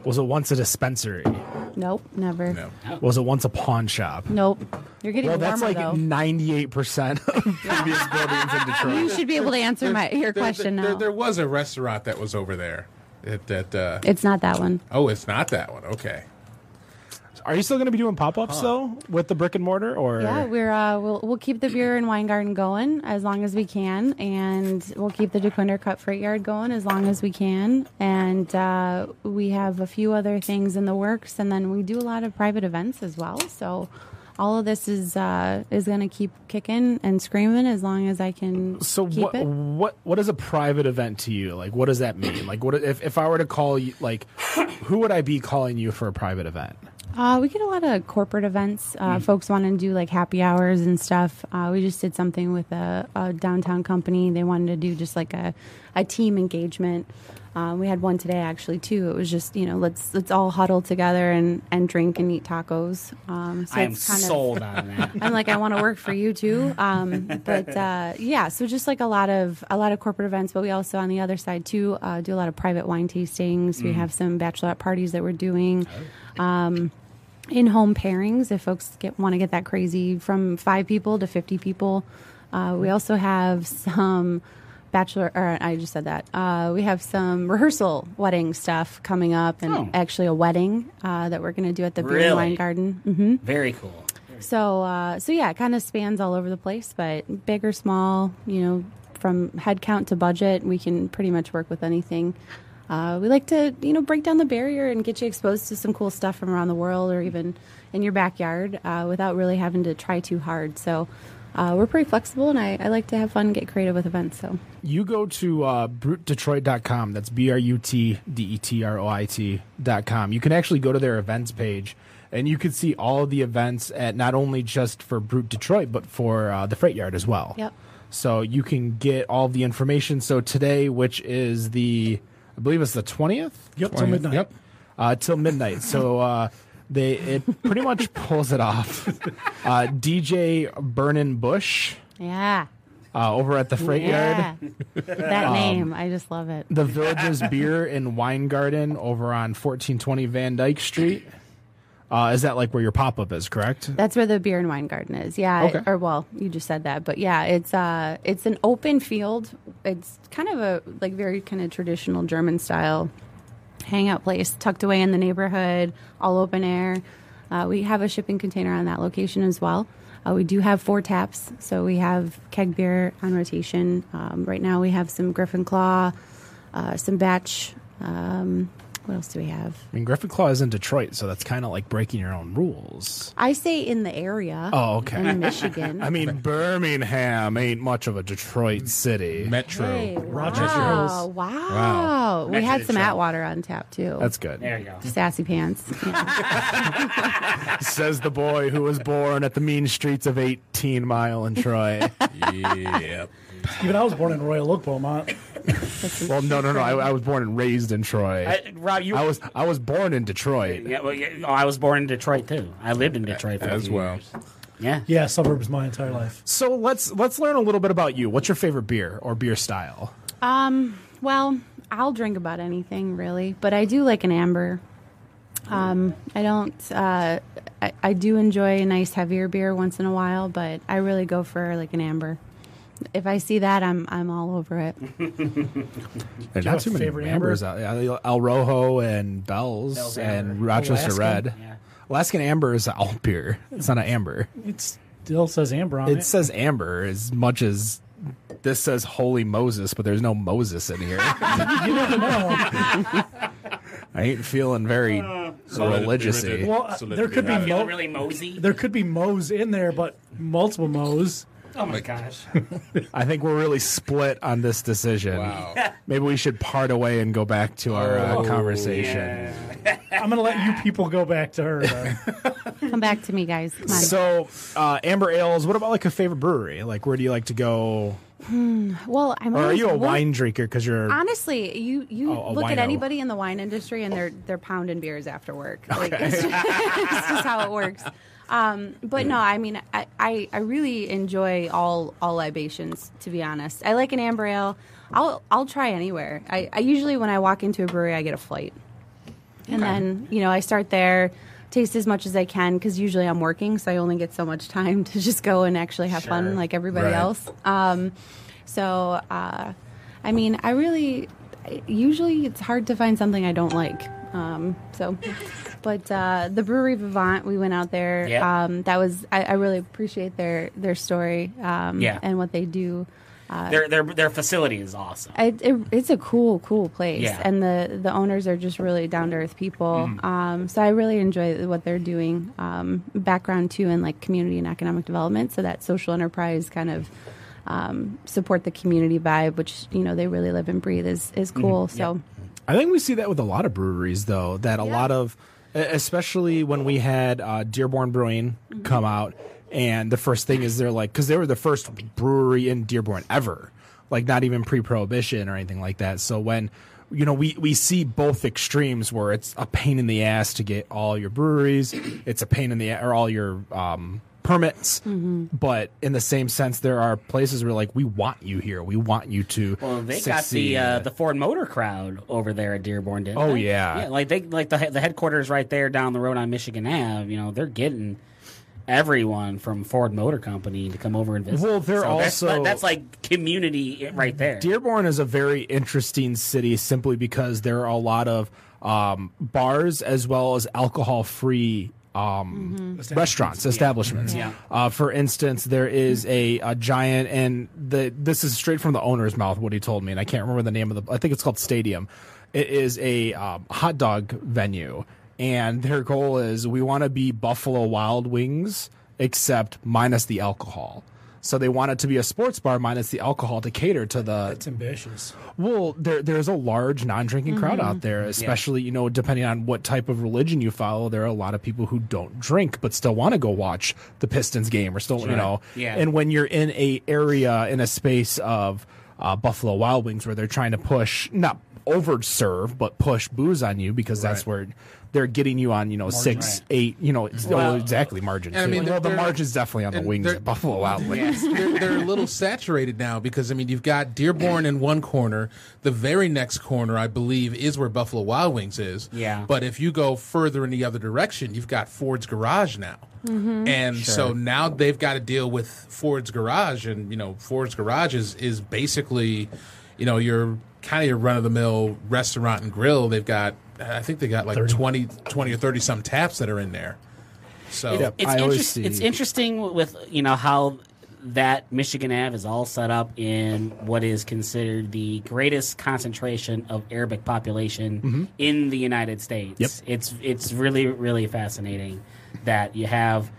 Was it once a dispensary?
Nope, never.
No.
Was it once a pawn shop?
Nope. You're getting
Well,
warmer
that's like
though.
ninety-eight percent of previous buildings in
you
Detroit.
should be able to answer my your
There-
question
there,
now.
There, was a restaurant that was over there. That, that uh,
it's not that one.
oh, it's not that one. Okay.
Are you still going to be doing pop-ups though with the brick and mortar, or
Yeah, we're uh, we'll we'll keep the beer and wine garden going as long as we can, and we'll keep the DeQuinder Cut Freight Yard going as long as we can, and uh, we have a few other things in the works, and then we do a lot of private events as well. So, all of this is uh, is going to keep kicking and screaming as long as I can.
So
keep
what
it.
what what is a private event to you? Like what does that mean? Like what if if I were to call you like who would I be calling you for a private event?
Uh, we get a lot of corporate events. Uh,
Mm.
Folks want to do like happy hours and stuff. Uh, we just did something with a, a downtown company. They wanted to do just like a, a team engagement. Uh, we had one today actually too. It was just you know let's let's all huddle together and, and drink and eat tacos. Um, so
I am
it's kind of-
sold on that.
I'm like, I want to work for you too. Um, but uh, yeah, so just like a lot of a lot of corporate events, but we also on the other side too uh, do a lot of private wine tastings.
Mm.
We have some bachelorette parties that we're doing.
Oh.
Um, in home pairings, if folks get want to get that crazy, from five people to fifty people. Uh, we also have some bachelor. Or I just said that uh, we have some rehearsal wedding stuff coming up, and
Oh.
actually a wedding uh, that we're going to do at the Beer
Really?
and Wine Garden. hmm
Very cool.
so, uh, so yeah, it kind of spans all over the place, but big or small, you know, from headcount to budget, we can pretty much work with anything. Uh, we like to, you know, break down the barrier and get you exposed to some cool stuff from around the world or even in your backyard uh, without really having to try too hard. So, uh, we're pretty flexible, and I, I like to have fun, and get creative with events. So,
You go to uh, brutedetroit.com. That's b r u t d e t r o i t dot com. You can actually go to their events page, and you can see all of the events at not only just for Brute Detroit, but for uh, the Freight Yard as well.
Yep.
So you can get all of the information. So today, which is the, I believe it's the twentieth.
Yep, till midnight.
Yep.
uh, till midnight. So uh, they it pretty much pulls it off. Uh, DJ Vernon Bush
yeah,
uh, over at the Freight Yard.
that name, I just love it.
The Village's Beer and Wine Garden over on 1420 Van Dyke Street. Uh, is that like where your pop up is, correct?
That's where the beer and wine garden is. Yeah.
Okay.
or well, you just said that, but yeah, it's uh it's an open field. It's kind of a like very kind of traditional German style hangout place tucked away in the neighborhood, all open air. Uh, we have a shipping container on that location as well. Uh, we do have four taps, so we have keg beer on rotation. Um, right now, we have some Griffin Claw, uh, some Batch. Um, what else do we have?
I mean, Griffin Claw is in Detroit, so that's kind of like breaking your own rules.
I say in the area
Oh, okay.
in Michigan.
I mean, Birmingham ain't much of a Detroit city.
Metro.
Hey,
Rochester
wow,
Hills.
Wow. We
Metro
had some
Detroit.
Atwater on tap too.
That's good.
There you go.
sassy pants. Yeah.
Says the boy who was born at the mean streets of 18 Mile in Troy.
yep.
Even I was born in Royal Oak, Beaumont.
well, no, no, no. I, I was born and raised in Troy.
I,
I,
Uh, Rob, you.
was I was born in Detroit.
yeah, well, yeah, oh, I was born in Detroit too. I lived in Detroit for a
As
few
well.
years. Yeah.
Yeah, suburbs my entire life.
So let's let's learn a little bit about you. What's your favorite beer or beer style?
um, well, I'll drink about anything really, but I do like an amber. Um, I don't. Uh, I, I do enjoy a nice heavier beer once in a while, but I really go for like an amber. If I see that, I'm I'm all over it.
There's
you
not
have
too
a
many
favorite
Ambers out there. El Rojo and Bell's,
Bell's
and
Amber. Oh,
Rochester
Alaskan?
Red.
Yeah.
Alaskan Amber is an alt beer. It's not an amber.
It still says Amber on
It
it.
says amber as much as this says Holy Moses, but there's no Moses in here.
You never know. Uh,
I ain't feeling very religious y.
Well, uh,
So let
there
me
could be
have it.
mo-
Feeling really mosey.
there could be Moe's in there, but multiple Moe's.
Oh my gosh.
I think we're really split on this decision.
Wow.
Maybe we should part away and go back to our uh,
Oh,
conversation.
I'm gonna let you people go back to her. then.
Come back to me, guys. Come on.
So, uh, Amber Ales, what about like a favorite brewery? Like, where do you like to go?
well, I'm.
Or are
always
you a
won-
wine drinker because you're
Honestly, you you
Oh, a
look at
wino.
anybody in the wine industry and they're they're pounding beers after work. Like, it's, just, it's just how it works. Um, but no, I mean, I, I, I really enjoy all all libations. To be honest, I like an amber ale. I'll I'll try anywhere. I, I usually when I walk into a brewery, I get a flight, and then you know I start there. taste as much as I can because usually I'm working, so I only get so much time to just go and actually have
Sure.
fun like everybody
Right.
else. Um, so, uh, I mean, I really usually it's hard to find something I don't like. Um, so, but uh, the brewery Vivant, we went out there.
Yeah.
Um, that was I, I really appreciate their their story. Um,
Yeah.
and what they do.
their their their facility is awesome.
It, it, it's a cool, cool place,
Yeah.
and the the owners are just really down to earth people.
Mm-hmm.
Um, so I really enjoy what they're doing. Um, background too in like community and economic development, so that social enterprise kind of um, support the community vibe, which you know they really live and breathe is is
Mm-hmm.
cool. So
I think we see that with a lot of breweries, though. That a lot of, e, especially when we had uh, Dearborn Brewing come out, and the first thing is they're like, because they were the first brewery in Dearborn ever, like not even pre-prohibition or anything like that. So when you know we we see both extremes where it's a pain in the ass to get all your breweries, it's a pain in the a- or all your um, permits, but in the same sense, there are places where like we want you here, we want you to.
Well, they got
succeed.
the uh, the Ford Motor crowd over there at Dearborn, didn't
Oh,
they?
yeah.
yeah. Like they like the he- the headquarters right there down the road on Michigan Ave. You know, they're getting everyone from Ford Motor Company to come over and visit.
Well, they're
that's-
also-
that's, like community right there.
Dearborn is a very interesting city simply because there are a lot of um, bars as well as alcohol free um, restaurants, establishments.
Mm-hmm. Yeah.
Uh, for instance, there is a, a giant, and the this is straight from the owner's mouth what he told me, and I can't remember the name of the. I think it's called Stadium. It is a um, hot dog venue, and their goal is we want to be Buffalo Wild Wings, except minus the alcohol. So they want it to be a sports bar minus the alcohol to cater to the
It's ambitious.
well, there there's a large non-drinking crowd
Mm-hmm.
out there, especially you know depending on what type of religion you follow. There are a lot of people who don't drink but still want to go watch the Pistons game or still you know.
Yeah.
And when you're in a area in a space of uh, Buffalo Wild Wings where they're trying to push not over serve but push booze on you because that's where they're getting you on you know six
Right.
eight you know it's well, exactly margin.
And I
too.
mean,
well, the
they're-
margin's definitely on the
and
wings
they're-
at Buffalo Wild Wings.
they're, they're a little saturated now because I mean you've got Dearborn in one corner. The very next corner, I believe, is where Buffalo Wild Wings is.
Yeah.
But if you go further in the other direction, you've got Ford's Garage now, and so now they've got to deal with Ford's Garage, and you know Ford's Garage is is basically, you know, your kind of your run of the mill restaurant and grill. They've got, I think they got like 20, 20 or thirty some taps that are in there. So
Yep.
it's,
I always
interest-
see-
it's interesting with you know how that Michigan Ave is all set up in what is considered the greatest concentration of Arabic population in the United States.
Mm-hmm. Yep.
It's it's really really fascinating that you have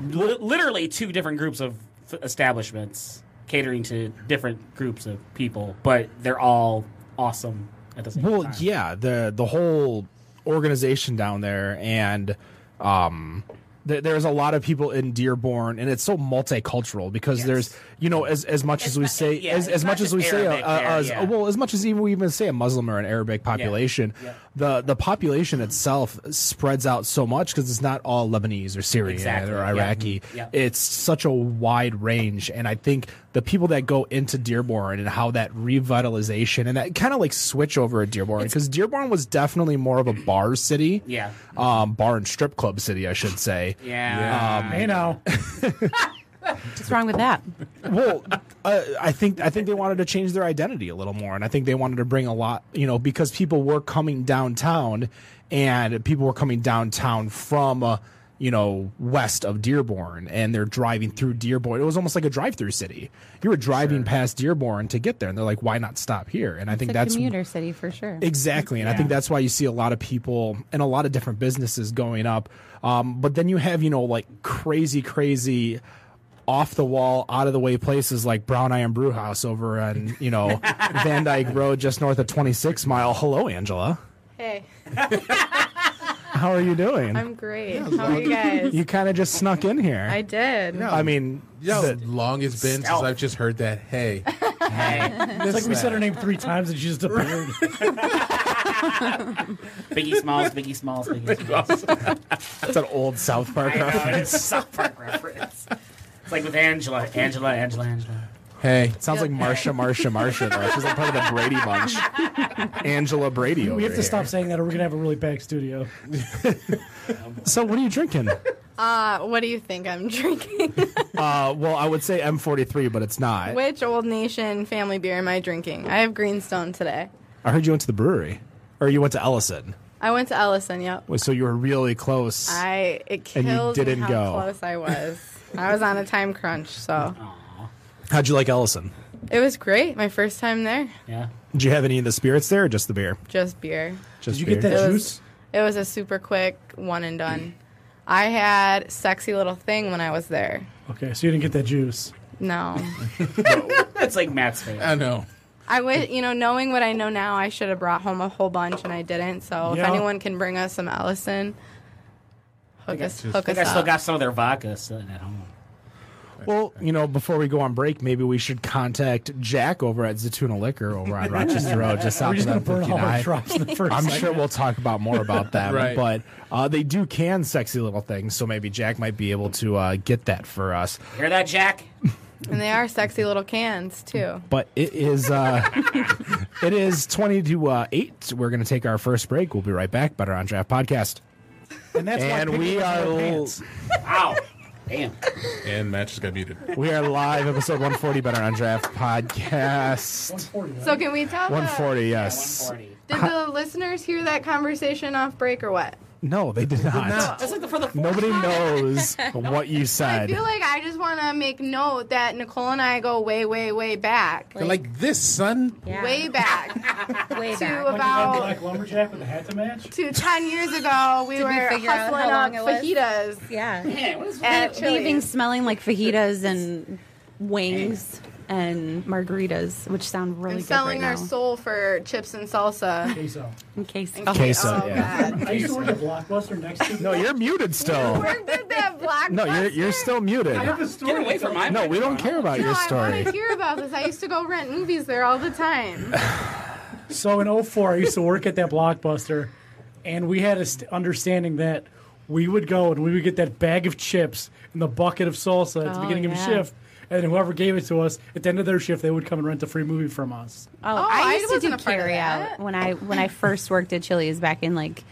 li- literally two different groups of f- establishments catering to different groups of people, but they're all awesome at the same
well
time.
yeah the the whole organization down there and um th- there's a lot of people in Dearborn, and it's so multicultural because there's, you know, as as much as we say,
yeah,
as,
it's
as
not
much as
just
we say,
Arabic
uh,
there,
as,
yeah.
well, as much as even we even say a Muslim or an Arabic population,
Yeah.
the the population itself spreads out so much because it's not all Lebanese or Syrian
Exactly,
or
yeah.
Iraqi.
Yeah.
It's such a wide range, and I think the people that go into Dearborn and how that revitalization and that kind of like switch over at Dearborn because Dearborn was definitely more of a bar city,
Yeah.
um, bar and strip club city, I should say.
Yeah.
Hey now,
what's wrong with that?
well, uh, I think I think they wanted to change their identity a little more, and I think they wanted to bring a lot, you know, because people were coming downtown, and people were coming downtown from. Uh, you know, west of Dearborn, and they're driving through Dearborn. It was almost like a drive-through city. You were driving past Dearborn to get there, and they're like, "Why not stop here?" And I think
It's a
that's
commuter city for sure.
Exactly. And I think that's why you see a lot of people and a lot of different businesses going up. Um, but then you have, you know, like crazy, crazy off the wall, out of the way places like Brown Iron Brew House over on, you know, Van Dyke Road just north of 26 Mile. Hello, Angela.
Hey,
How are you doing?
I'm great. How are you guys?
you kind of just snuck in here.
I
I,
did.
mean,
Yo,
the-
long it's been since
Stealth.
I've just heard that. Hey,
Hey,
it's like we said her name three times and she just appeared.
Biggie Smalls, Biggie Smalls, Biggie Smalls.
that's an old South Park
I know,
reference.
it's a South Park reference. It's like with Angela, Angela, Angela, Angela.
Hey,
Sounds like Marsha, Marsha, Marsha. Though. She's like part of the Brady Bunch. Angela Brady. Over
We have to
here.
stop saying that, or we're gonna have a really packed studio.
So, what are you drinking?
Uh, what do you think I'm drinking?
Uh, well, I would say M43, but it's not.
Which Old Nation family beer am I drinking? I have Greenstone today.
I heard you went to the brewery, or you went to Ellison.
I went to Ellison. Yep.
So you were really close.
I it
And
killed
you didn't
me how
go.
close I was. I was on a time crunch, so
How'd you like Ellison?
it was great. My first time there,
Yeah.
Did you have any of the spirits there, or just the beer?
just beer.
Just
Did you
beer.
get that
It was-
juice?
It was a super quick one and done. I had sexy little thing when I was there.
Okay, so you didn't get that juice.
No,
That's like Matt's
Uh,
favorite.
I know.
I would. You know, knowing what I know now, I should have brought home a whole bunch, and I didn't. So
Yeah.
if anyone can bring us some Ellison, hook us,
I
hook
think
us
I
up.
still got some of their vodka sitting at home.
Well, you know, before we go on break, maybe we should contact Jack over at Zatuna Liquor over on Rochester Road, just
We're
south of
just gonna
that
burn all our
59.
drops in the first.
I'm
segment.
sure we'll talk about more about that,
Right.
but uh, they do can sexy little things, so maybe Jack might be able to uh, get that for us.
Hear that, Jack?
and they are sexy little cans too.
But it is uh, it is twenty to uh, eight. We're going to take our first break. We'll be right back. Better on Draft Podcast,
and that's why
and
Piggy
we
doesn't
are
wear
l-
pants.
Ow. Damn.
And Matt just got muted.
we are live episode one forty. Better on Draft Podcast
140, right?
So can we tell?
one
The,
forty. Yes.
140.
did the listeners hear that conversation off break or what?
No, they did not.
That's like the, for the fourth
Nobody
time.
knows what you
I
said.
feel like I just want to make note that Nicole and I go way, way, way back,
They're like this, son.
Yeah.
way back
way
to
back.
about
Black lumberjack with a hat to match.
to 10 years ago, we
Did
were
we figure out
hustling
how
up
long it
fajitas
Yeah.
Man, what is
at
Leaving
Chili's.
smelling like fajitas and wings and margaritas, which sound really
And
good right
selling our
now.
soul for chips and salsa.
Queso.
In case.
Queso,
oh,
yeah.
God.
I used to work at Blockbuster next to.
No, you're muted still.
Where did that block?
No, you're you're still muted.
the
Get
story.
away from my
No, we don't care about
No,
your
I want
story.
to hear about this. I used to go rent movies there all the time.
So in 04, I used to work at that Blockbuster, and we had a st- understanding that we would go and we would get that bag of chips and the bucket of salsa at the
Oh,
beginning of
yeah.
a shift. And then whoever gave it to us at the end of their shift, they would come and rent a free movie from us.
Oh,
I
I used to
wasn't
do
a part of
carry
that.
out when I when I first worked at Chili's back in like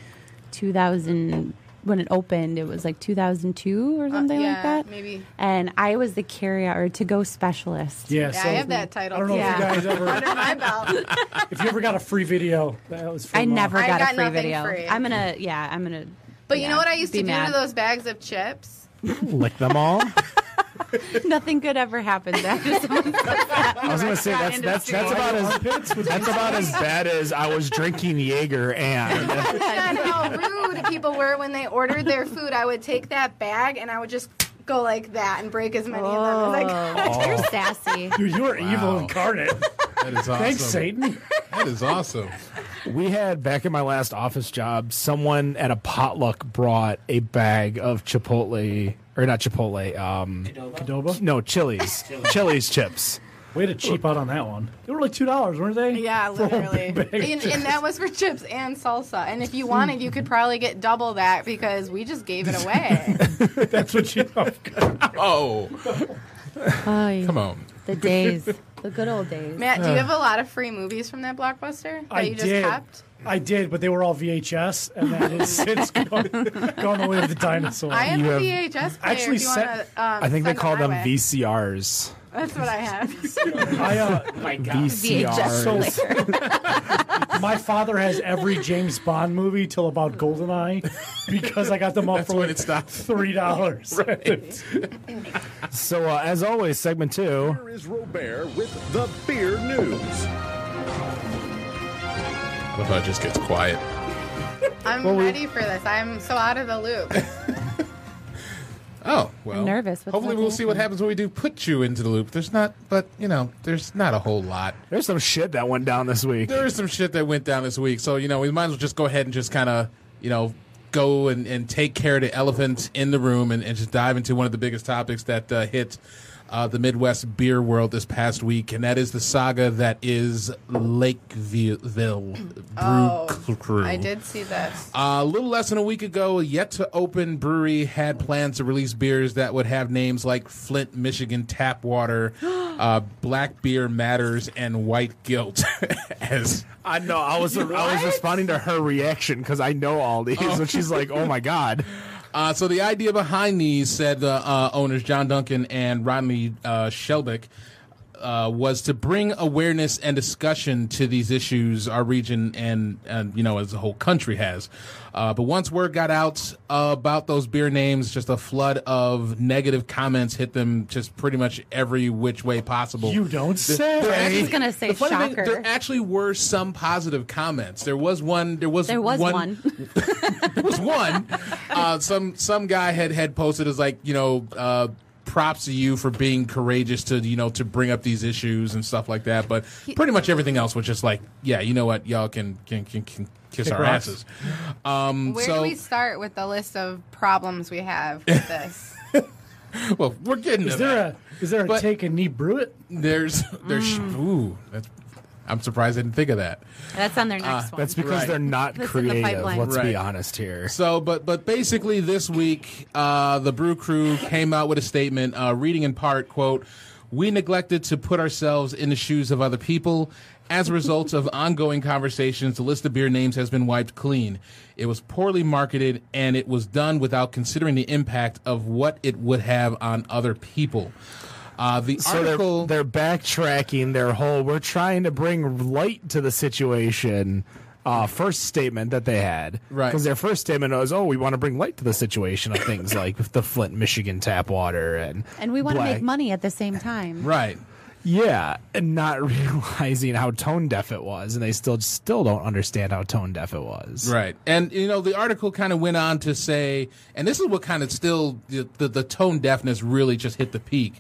2000 when it opened. It was like 2002 or something
Uh, yeah,
like that.
maybe.
And I was the carry out or to go specialist.
Yeah,
Yeah,
so
I have that title.
I don't know
Yeah.
if you guys ever,
Under my belt.
if you ever got a free video, that was. From uh,
I never
I
got,
got
a free
nothing
video.
free.
I'm gonna yeah. I'm gonna.
But you
yeah,
know what I used
be
to do
mad.
to those bags of chips?
Lick them all.
Nothing good ever happened after someone.
I was gonna say that's that's that's about as that's about as bad as I was drinking Jaeger and
And how rude people were when they ordered their food. I would take that bag and I would just go like that and break as many of them as
Oh.
I could.
You're sassy.
Dude, you are evil incarnate.
That is awesome.
Thanks, Satan.
That is awesome.
we had back in my last office job, someone at a potluck brought a bag of Chipotle or not Chipotle, um,
Adoba.
no Chili's, Chili's chips.
Way to cheap out on that one. They were like two dollars, weren't they?
Yeah, literally. And, and that was for chips and salsa. And if you wanted, you could probably get double that because we just gave it away.
That's what you.
Oh,
Oh, yeah.
come on.
The days, the good old days.
Matt, do you have a lot of free movies from that blockbuster that
I
you just
did.
kept?
I did, but they were all VHS, and that has since gone, gone the way of the dinosaur.
I have
Uh, You
a
have-
VHS player.
actually
if you
sent-
wanna, um,
I think they
send it
call
my
them
way.
VCRs.
That's what I have.
I, uh,
My God.
VCRs.
player.
my father has every James Bond movie till about GoldenEye because I got them all for
when
like
it stops.
three dollars.
So uh, as always, segment two.
Here is Robert with the beer news.
What about it just gets quiet?
I'm ready for this. I'm so out of the loop.
Oh well.
I'm nervous. What's
Hopefully,
that
we'll see what
happening?
happens when we do put you into the loop. There's not, but you know, there's not a whole lot.
There's some shit that went down this week.
There is some shit that went down this week, so you know, we might as well just go ahead and just kind of, you know, go and, and take care of the elephant in the room and, and just dive into one of the biggest topics that uh, hit uh, the Midwest beer world this past week, and that is the saga that is Lakeville Brew Crew.
Oh, I did see this.
Uh, A little less than a week ago, a yet to open brewery had plans to release beers that would have names like Flint, Michigan Tap Water, uh, Black Beer Matters, and White Guilt. As
I know. I was I was responding to her reaction because I know all these, and she's like, "Oh my god."
Uh, so the idea behind these, said the uh, owners John Duncan and Rodney uh, Shelbick, uh, was to bring awareness and discussion to these issues our region and, and you know as the whole country has. Uh, but once word got out about those beer names, just a flood of negative comments hit them just pretty much every which way possible.
You don't say.
I was gonna say
The funny thing,
shocker.
there actually were some positive comments. There was one. There was
there was one.
there was one. Uh, some some guy had had posted as like you know. Uh, props to you for being courageous to you know to bring up these issues and stuff like that but pretty much everything else was just like yeah you know what y'all can can can, can kiss our
rocks.
asses um
Where
so
do we start with the list of problems we have with this?
well we're getting
Is
to
there
that.
a is there a
But-
take a Mm. knee brew it?
there's there's ooh that's i'm surprised i didn't think of that
That's on their next one.
That's because
Right.
they're not
That's in the
creative.
pipeline.
Let's
Right.
be honest here.
So, but but basically, this week, uh, the Brew Crew came out with a statement, uh, reading in part, "quote We neglected to put ourselves in the shoes of other people. As a result of ongoing conversations, the list of beer names has been wiped clean. It was poorly marketed, and it was done without considering the impact of what it would have on other people." Uh, the
So they're,
article.
they're backtracking their whole. We're trying to bring light to the situation. Uh, first statement that they had,
Right.
Because their first statement was, "Oh, we want to bring light to the situation of things like the Flint, Michigan tap water, and
and we want to
black-
make money at the same time.
Right.
Yeah, and not realizing how tone deaf it was, and they still still don't understand how tone deaf it was.
Right. And, you know, the article kind of went on to say, and this is what kind of still the, the, the tone deafness really just hit the peak,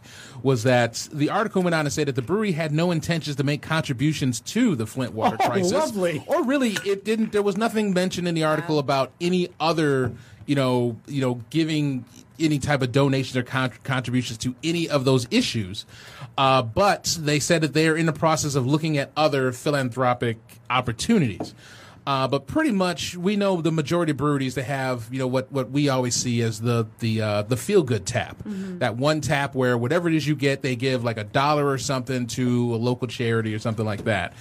was that the article went on to say that the brewery had no intentions to make contributions to the Flint water crisis.
lovely.
Or really, it didn't, there was nothing mentioned in the article about any other, you know, you know, giving any type of donations or con- contributions to any of those issues. Uh, but they said that they are in the process of looking at other philanthropic opportunities. Uh, but pretty much, we know the majority of breweries they have, you know, what, what we always see as the the uh, the feel good tap, that one tap where whatever it is you get, they give like a dollar or something to a local charity or something like that.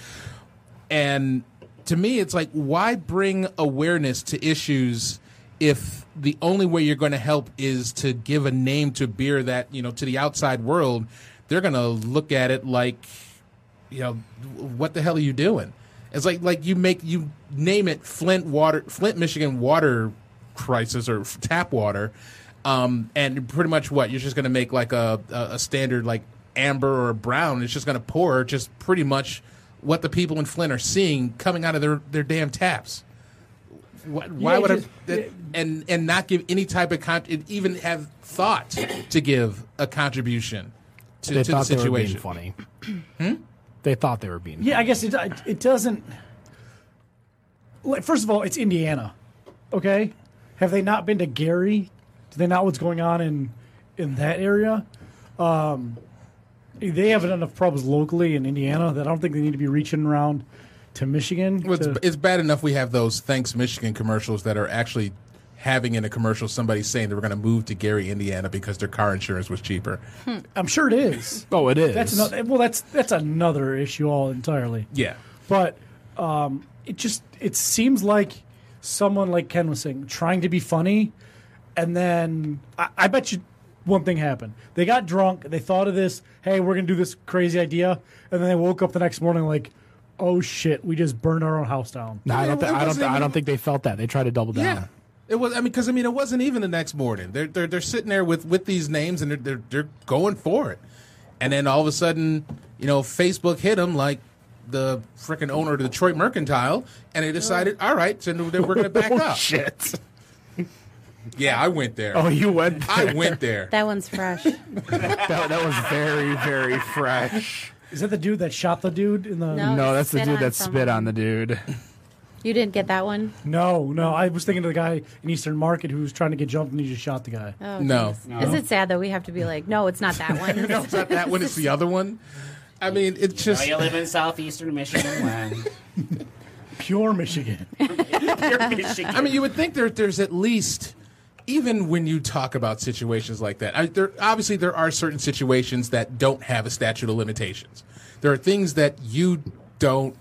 And to me, it's like, why bring awareness to issues if the only way you're going to help is to give a name to beer that, you know, to the outside world, they're going to look at it like, you know, what the hell are you doing? It's like like you make you name it Flint water, Flint Michigan water crisis or f- tap water, um, and pretty much what you're just going to make like a, a a standard like amber or brown. It's just going to pour just pretty much what the people in Flint are seeing coming out of their their damn taps. Why, why
Yeah,
would
just-
I, that, and and not give any type of con- even have thought to give a contribution to,
They
to the
thought they were being
situation? Hmm?
funny. They thought they were being.
Yeah, I guess it it doesn't. Like, first of all, it's Indiana. Okay, have they not been to Gary? Do they not what's going on in in that area? Um, they have enough problems locally in Indiana that I don't think they need to be reaching around to Michigan.
Well, it's,
to-
it's bad enough we have those Thanks Michigan commercials that are actually having in a commercial somebody saying they were going to move to Gary, Indiana because their car insurance was cheaper.
I'm sure it is.
Oh, it is.
That's another. Well, that's that's another issue all entirely.
Yeah.
but um, it just it seems like someone like Ken was saying trying to be funny, and then I, I bet you one thing happened. They got drunk. They thought of this. Hey, we're gonna do this crazy idea, and then they woke up the next morning like, oh shit, we just burned our own house down.
No, I don't. thi-
It
I don't.
wasn't
thi- I
even-
don't think they felt that. They tried to double down.
Yeah. It was. I mean, because I mean, it wasn't even the next morning. They're they're, they're sitting there with, with these names and they're, they're they're going for it, and then all of a sudden, you know, Facebook hit them like the freaking owner of the Detroit Mercantile, and they decided, all right, so we're going to back up.
Oh, Shit.
Yeah, I went there.
Oh, you went.
I went there.
That one's fresh.
That, that was very, very fresh.
Is that the dude that shot the dude in the?
No.
No, that's the
Oh, Spit
dude
on
that spit
someone.
on the dude.
You didn't get that one?
No, no. I was thinking of the guy in Eastern Market who was trying to get jumped and he just shot the guy.
Oh,
No.
goodness. Is it sad that we have to be like, no, it's not that one?
no, it's not that one. It's the other one. I mean, it's just
Oh, you live in southeastern Michigan. Wow.
Pure Michigan.
You're Michigan.
I mean, you would think there, there's at least, even when you talk about situations like that, I, there, obviously there are certain situations that don't have a statute of limitations. There are things that you don't,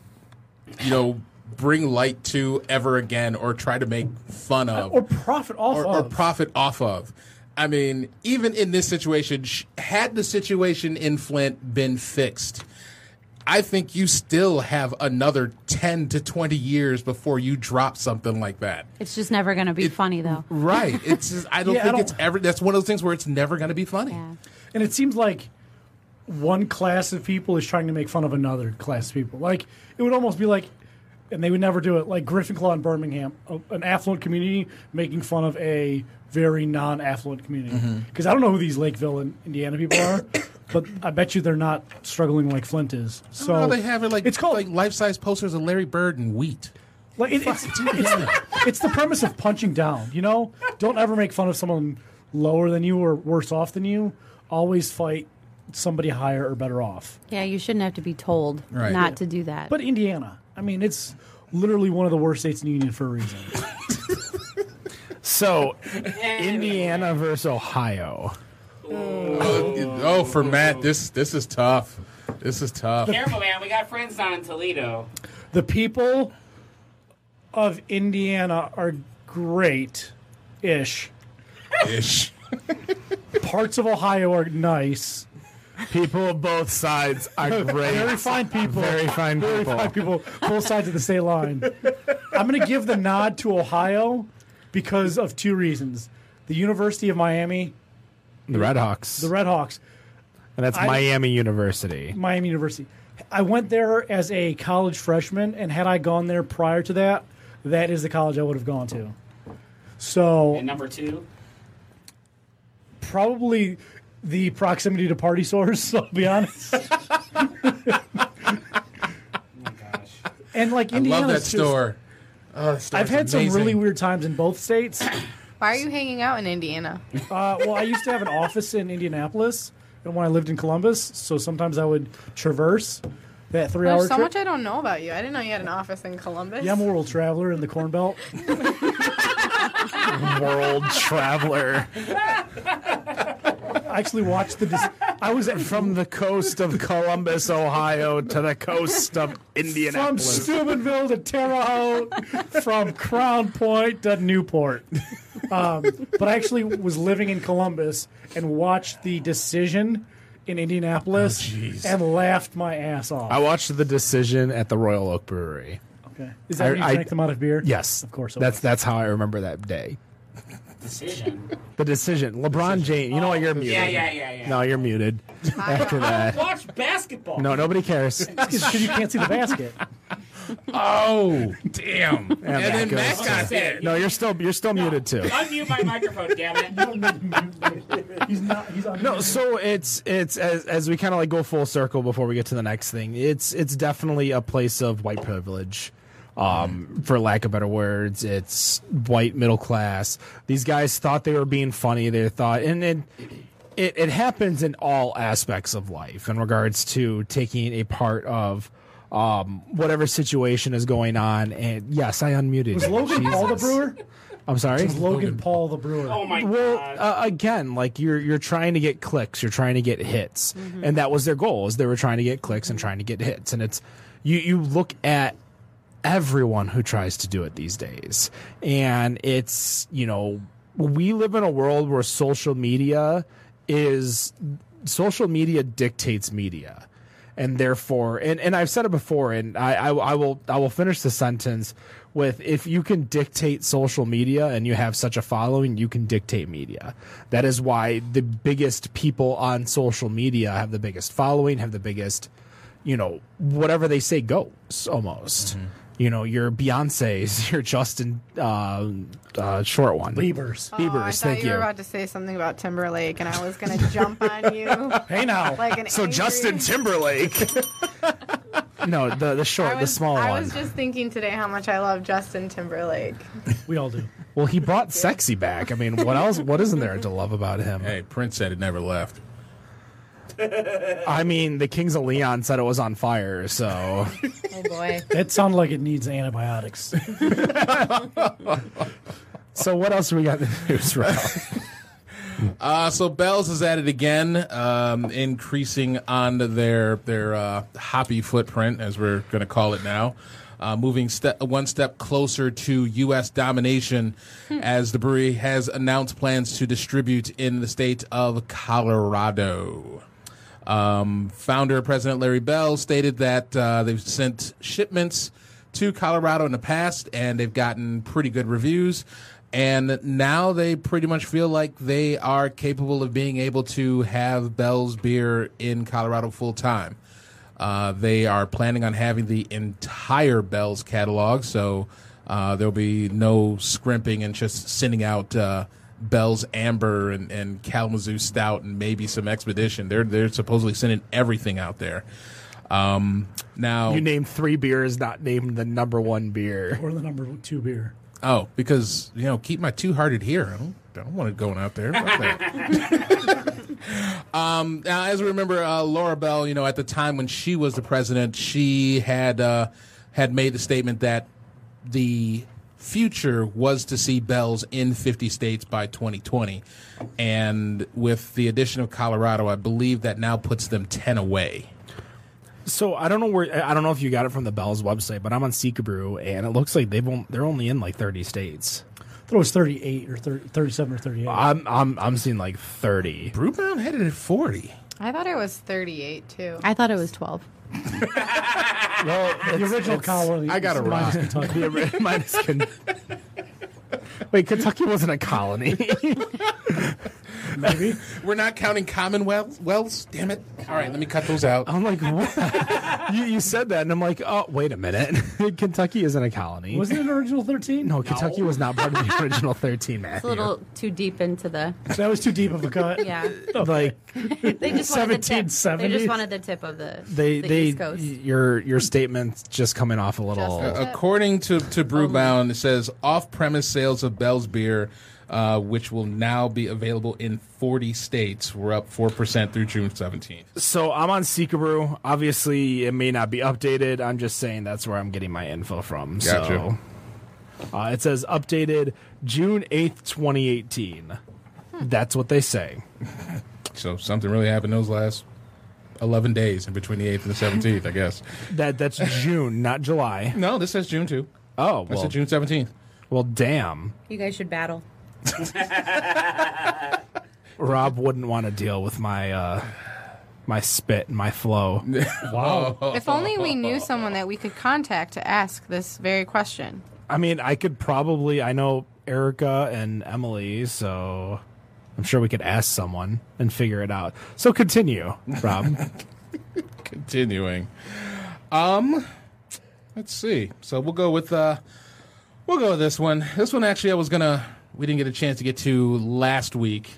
you know, bring light to ever again or try to make fun of
or profit off
Oh. or, or
of.
profit off of. I mean, even in this situation, sh- had the situation in Flint been fixed, I think you still have another 10 to 20 years before you drop something like that.
it's just never going to be funny, though.
Right. It's just, I don't
Yeah, I
think
don't-
it's ever. That's one of those things where it's never going to be funny.
Yeah.
and it seems like one class of people is trying to make fun of another class of people. Like it would almost be like, and they would never do it. Like Griffin in Birmingham, a, an affluent community making fun of a very non-affluent community.
Mm-hmm.
Because I don't know who these Lakeville and Indiana people are, but I bet you they're not struggling like Flint is. So
No, they have it like
it's called
like life size posters of Larry Bird and Wheat.
like it, it's, it's, it's the premise of punching down. You know, don't ever make fun of someone lower than you or worse off than you. Always fight somebody higher or better off.
Yeah, you shouldn't have to be told
Right.
not to do that.
But Indiana, I mean, it's literally one of the worst states in the union for a reason.
So, Indiana versus Ohio.
Oh, for Matt, this this is tough. This is tough.
Careful, man. We got friends down in Toledo.
the people of Indiana are great ish.
Ish.
Parts of Ohio are nice.
People of both sides are great.
Very fine people.
Very fine
Very
people.
fine people. Both sides of the state line. I'm going to give the nod to Ohio because of two reasons. The University of Miami,
The Red Hawks.
the Red Hawks,
and that's
I-
Miami University.
Miami University. I went there as a college freshman, and had I gone there prior to that, that is the college I would have gone to. So
And number two, Oh,
probably the proximity to party source. I'll be honest.
gosh,
And like
I love
Indiana,
that store. Oh, that store's
I've had some really
amazing.
weird times in both states. Uh,
Why are you hanging out in Indiana?
well, I used to have an office in Indianapolis, and when I lived in Columbus, so sometimes I would traverse that three-hour
There's so
trip.
much I don't know about you. I didn't know you had an office in Columbus. Oh,
yeah, I'm a world traveler in the Corn Belt.
World traveler
I actually watched the. Dis- I was at
from the coast of Columbus, Ohio, to the coast of
from
Indianapolis.
Steubenville to Terre Haute, from Crown Point to Newport. Um, but I actually was living in Columbus and watched the decision in Indianapolis and laughed my ass off.
Oh, I watched the decision at the Royal Oak Brewery.
okay. Is that
I-
when you
I-
drank them out of beer?
Yes,
Of course it
That's
was.
that's how I remember that day.
decision.
The decision. LeBron James. You know what? You're muted.
Yeah, yeah, yeah, yeah.
No, you're muted. After that.
Watch basketball.
No, nobody cares.
because you can't see the basket.
Oh, damn. and
that
then
goes
Matt
to-
got it.
No, you're still you're still muted too.
Unmute my microphone, damn it.
He's not. He's on.
No, so it's it's as as we kind of like go full circle before we get to the next thing. It's it's definitely a place of white privilege. Um, for lack of better words, it's white middle class. These guys thought they were being funny. They thought, and it, it it happens in all aspects of life in regards to taking a part of um whatever situation is going on. And yes, I unmuted.
Was
you.
Logan Paul the
Jesus.
brewer?
I'm sorry.
Was Logan Paul the brewer?
Oh my
Well,
god.
uh, again, like you're you're trying to get clicks, you're trying to get hits,
Mm-hmm.
and that was their goal. Is they were trying to get clicks and trying to get hits, and it's you you look at everyone who tries to do it these days, and it's you know we live in a world where social media is social media dictates media and therefore and, and I've said it before and I, I I will I will finish the sentence with if you can dictate social media and you have such a following you can dictate media that is why the biggest people on social media have the biggest following have the biggest you know whatever they say goes almost you know your Beyonce's your Justin uh, uh, short one
Beavers.
Oh, I
Bieber's
thought
thank
you
you
were about to say something about Timberlake, and I was gonna jump on you
Hey now.
like an.
so
angry-
Justin Timberlake No, the the short,
I
the
was,
small
I
one.
was just thinking today how much I love Justin Timberlake.
We all do.
Well, he brought sexy back. I mean, what else? What isn't there to love about him?
Hey, Prince said it never left.
I mean, the Kings of Leon said it was on fire, so
Oh boy.
That sounded like it needs antibiotics.
so what else do we got in the news round?
Uh, so Bell's is at it again, um, increasing on their their uh, hoppy footprint, as we're going to call it now, uh, moving ste- one step closer to U.S. domination, as the brewery has announced plans to distribute in the state of Colorado. Um, founder President Larry Bell stated that uh, they've sent shipments to Colorado in the past and they've gotten pretty good reviews. And now they pretty much feel like they are capable of being able to have Bell's beer in Colorado full time. Uh, they are planning on having the entire Bell's catalog, so uh, there'll be no scrimping and just sending out uh, Bell's Amber and, and Kalamazoo Stout and maybe some Expedition. They're they're supposedly sending everything out there. Um, now,
You named three beers, not named the number one beer.
or the number two beer.
oh, because you know, keep my two-hearted here. I don't, I don't want it going out there. Fuck that. now, as we remember, uh, Laura Bell, you know, at the time when she was the president, she had uh, had made the statement that the future was to see bells in 50 states by 2020, and with the addition of Colorado, I believe that now puts them 10 away.
So I don't know where I don't know if you got it from the Bell's website, but I'm on Seeker Brew, and it looks like they've on- they're only in like 30 states.
I thought it was 38 or 30, 37 or 38.
I'm I'm I'm seeing like 30.
Brewbound had it at 40.
I thought it was 38 too.
I thought it was 12.
Well,
the original Colorado.
I got it
minus Kentucky.
Minus Ken- Wait, Kentucky wasn't a colony.
Maybe.
We're not counting Commonwealth wells. Damn it! All right, let me cut those out.
I'm like, what? you, you said that, and I'm like, oh, wait a minute. Kentucky isn't a colony.
Wasn't it an original 13?
no, Kentucky was not part of the original 13,
It's a
Matthew.
little too deep into the.
That was too deep of a cut.
Yeah.
Like
They just wanted the tip. They
1770s?
just wanted the tip of the,
they,
the
they,
East Coast.
your your statement's just coming off a
Just-
little.
Uh, According to, to Brewbound, it says off premise sales of Bell's beer, uh, which will now be available in 40 states, were up 4% through June 17th.
so I'm on Seeker Brew. Obviously, it may not be updated. I'm just saying that's where I'm getting my info from.
Gotcha.
So uh, it says updated June 8th, 2018. That's what they say.
So something really happened those last 11 days in between the 8th and the 17th, I guess.
That that's June, not July.
No, this says June 2.
Oh
This
well,
says June 17th.
well, damn.
You guys should battle.
Rob wouldn't want to deal with my uh my spit and my flow.
Uh,
Wow.
Oh,
If only we knew someone that we could contact to ask this very question.
I mean, I could probably I know Erica and Emily, so I'm sure we could ask someone and figure it out. So continue, Rob.
Continuing. Um, let's see. So we'll go with uh, we'll go with this one. This one actually, I was gonna we didn't get a chance to get to last week,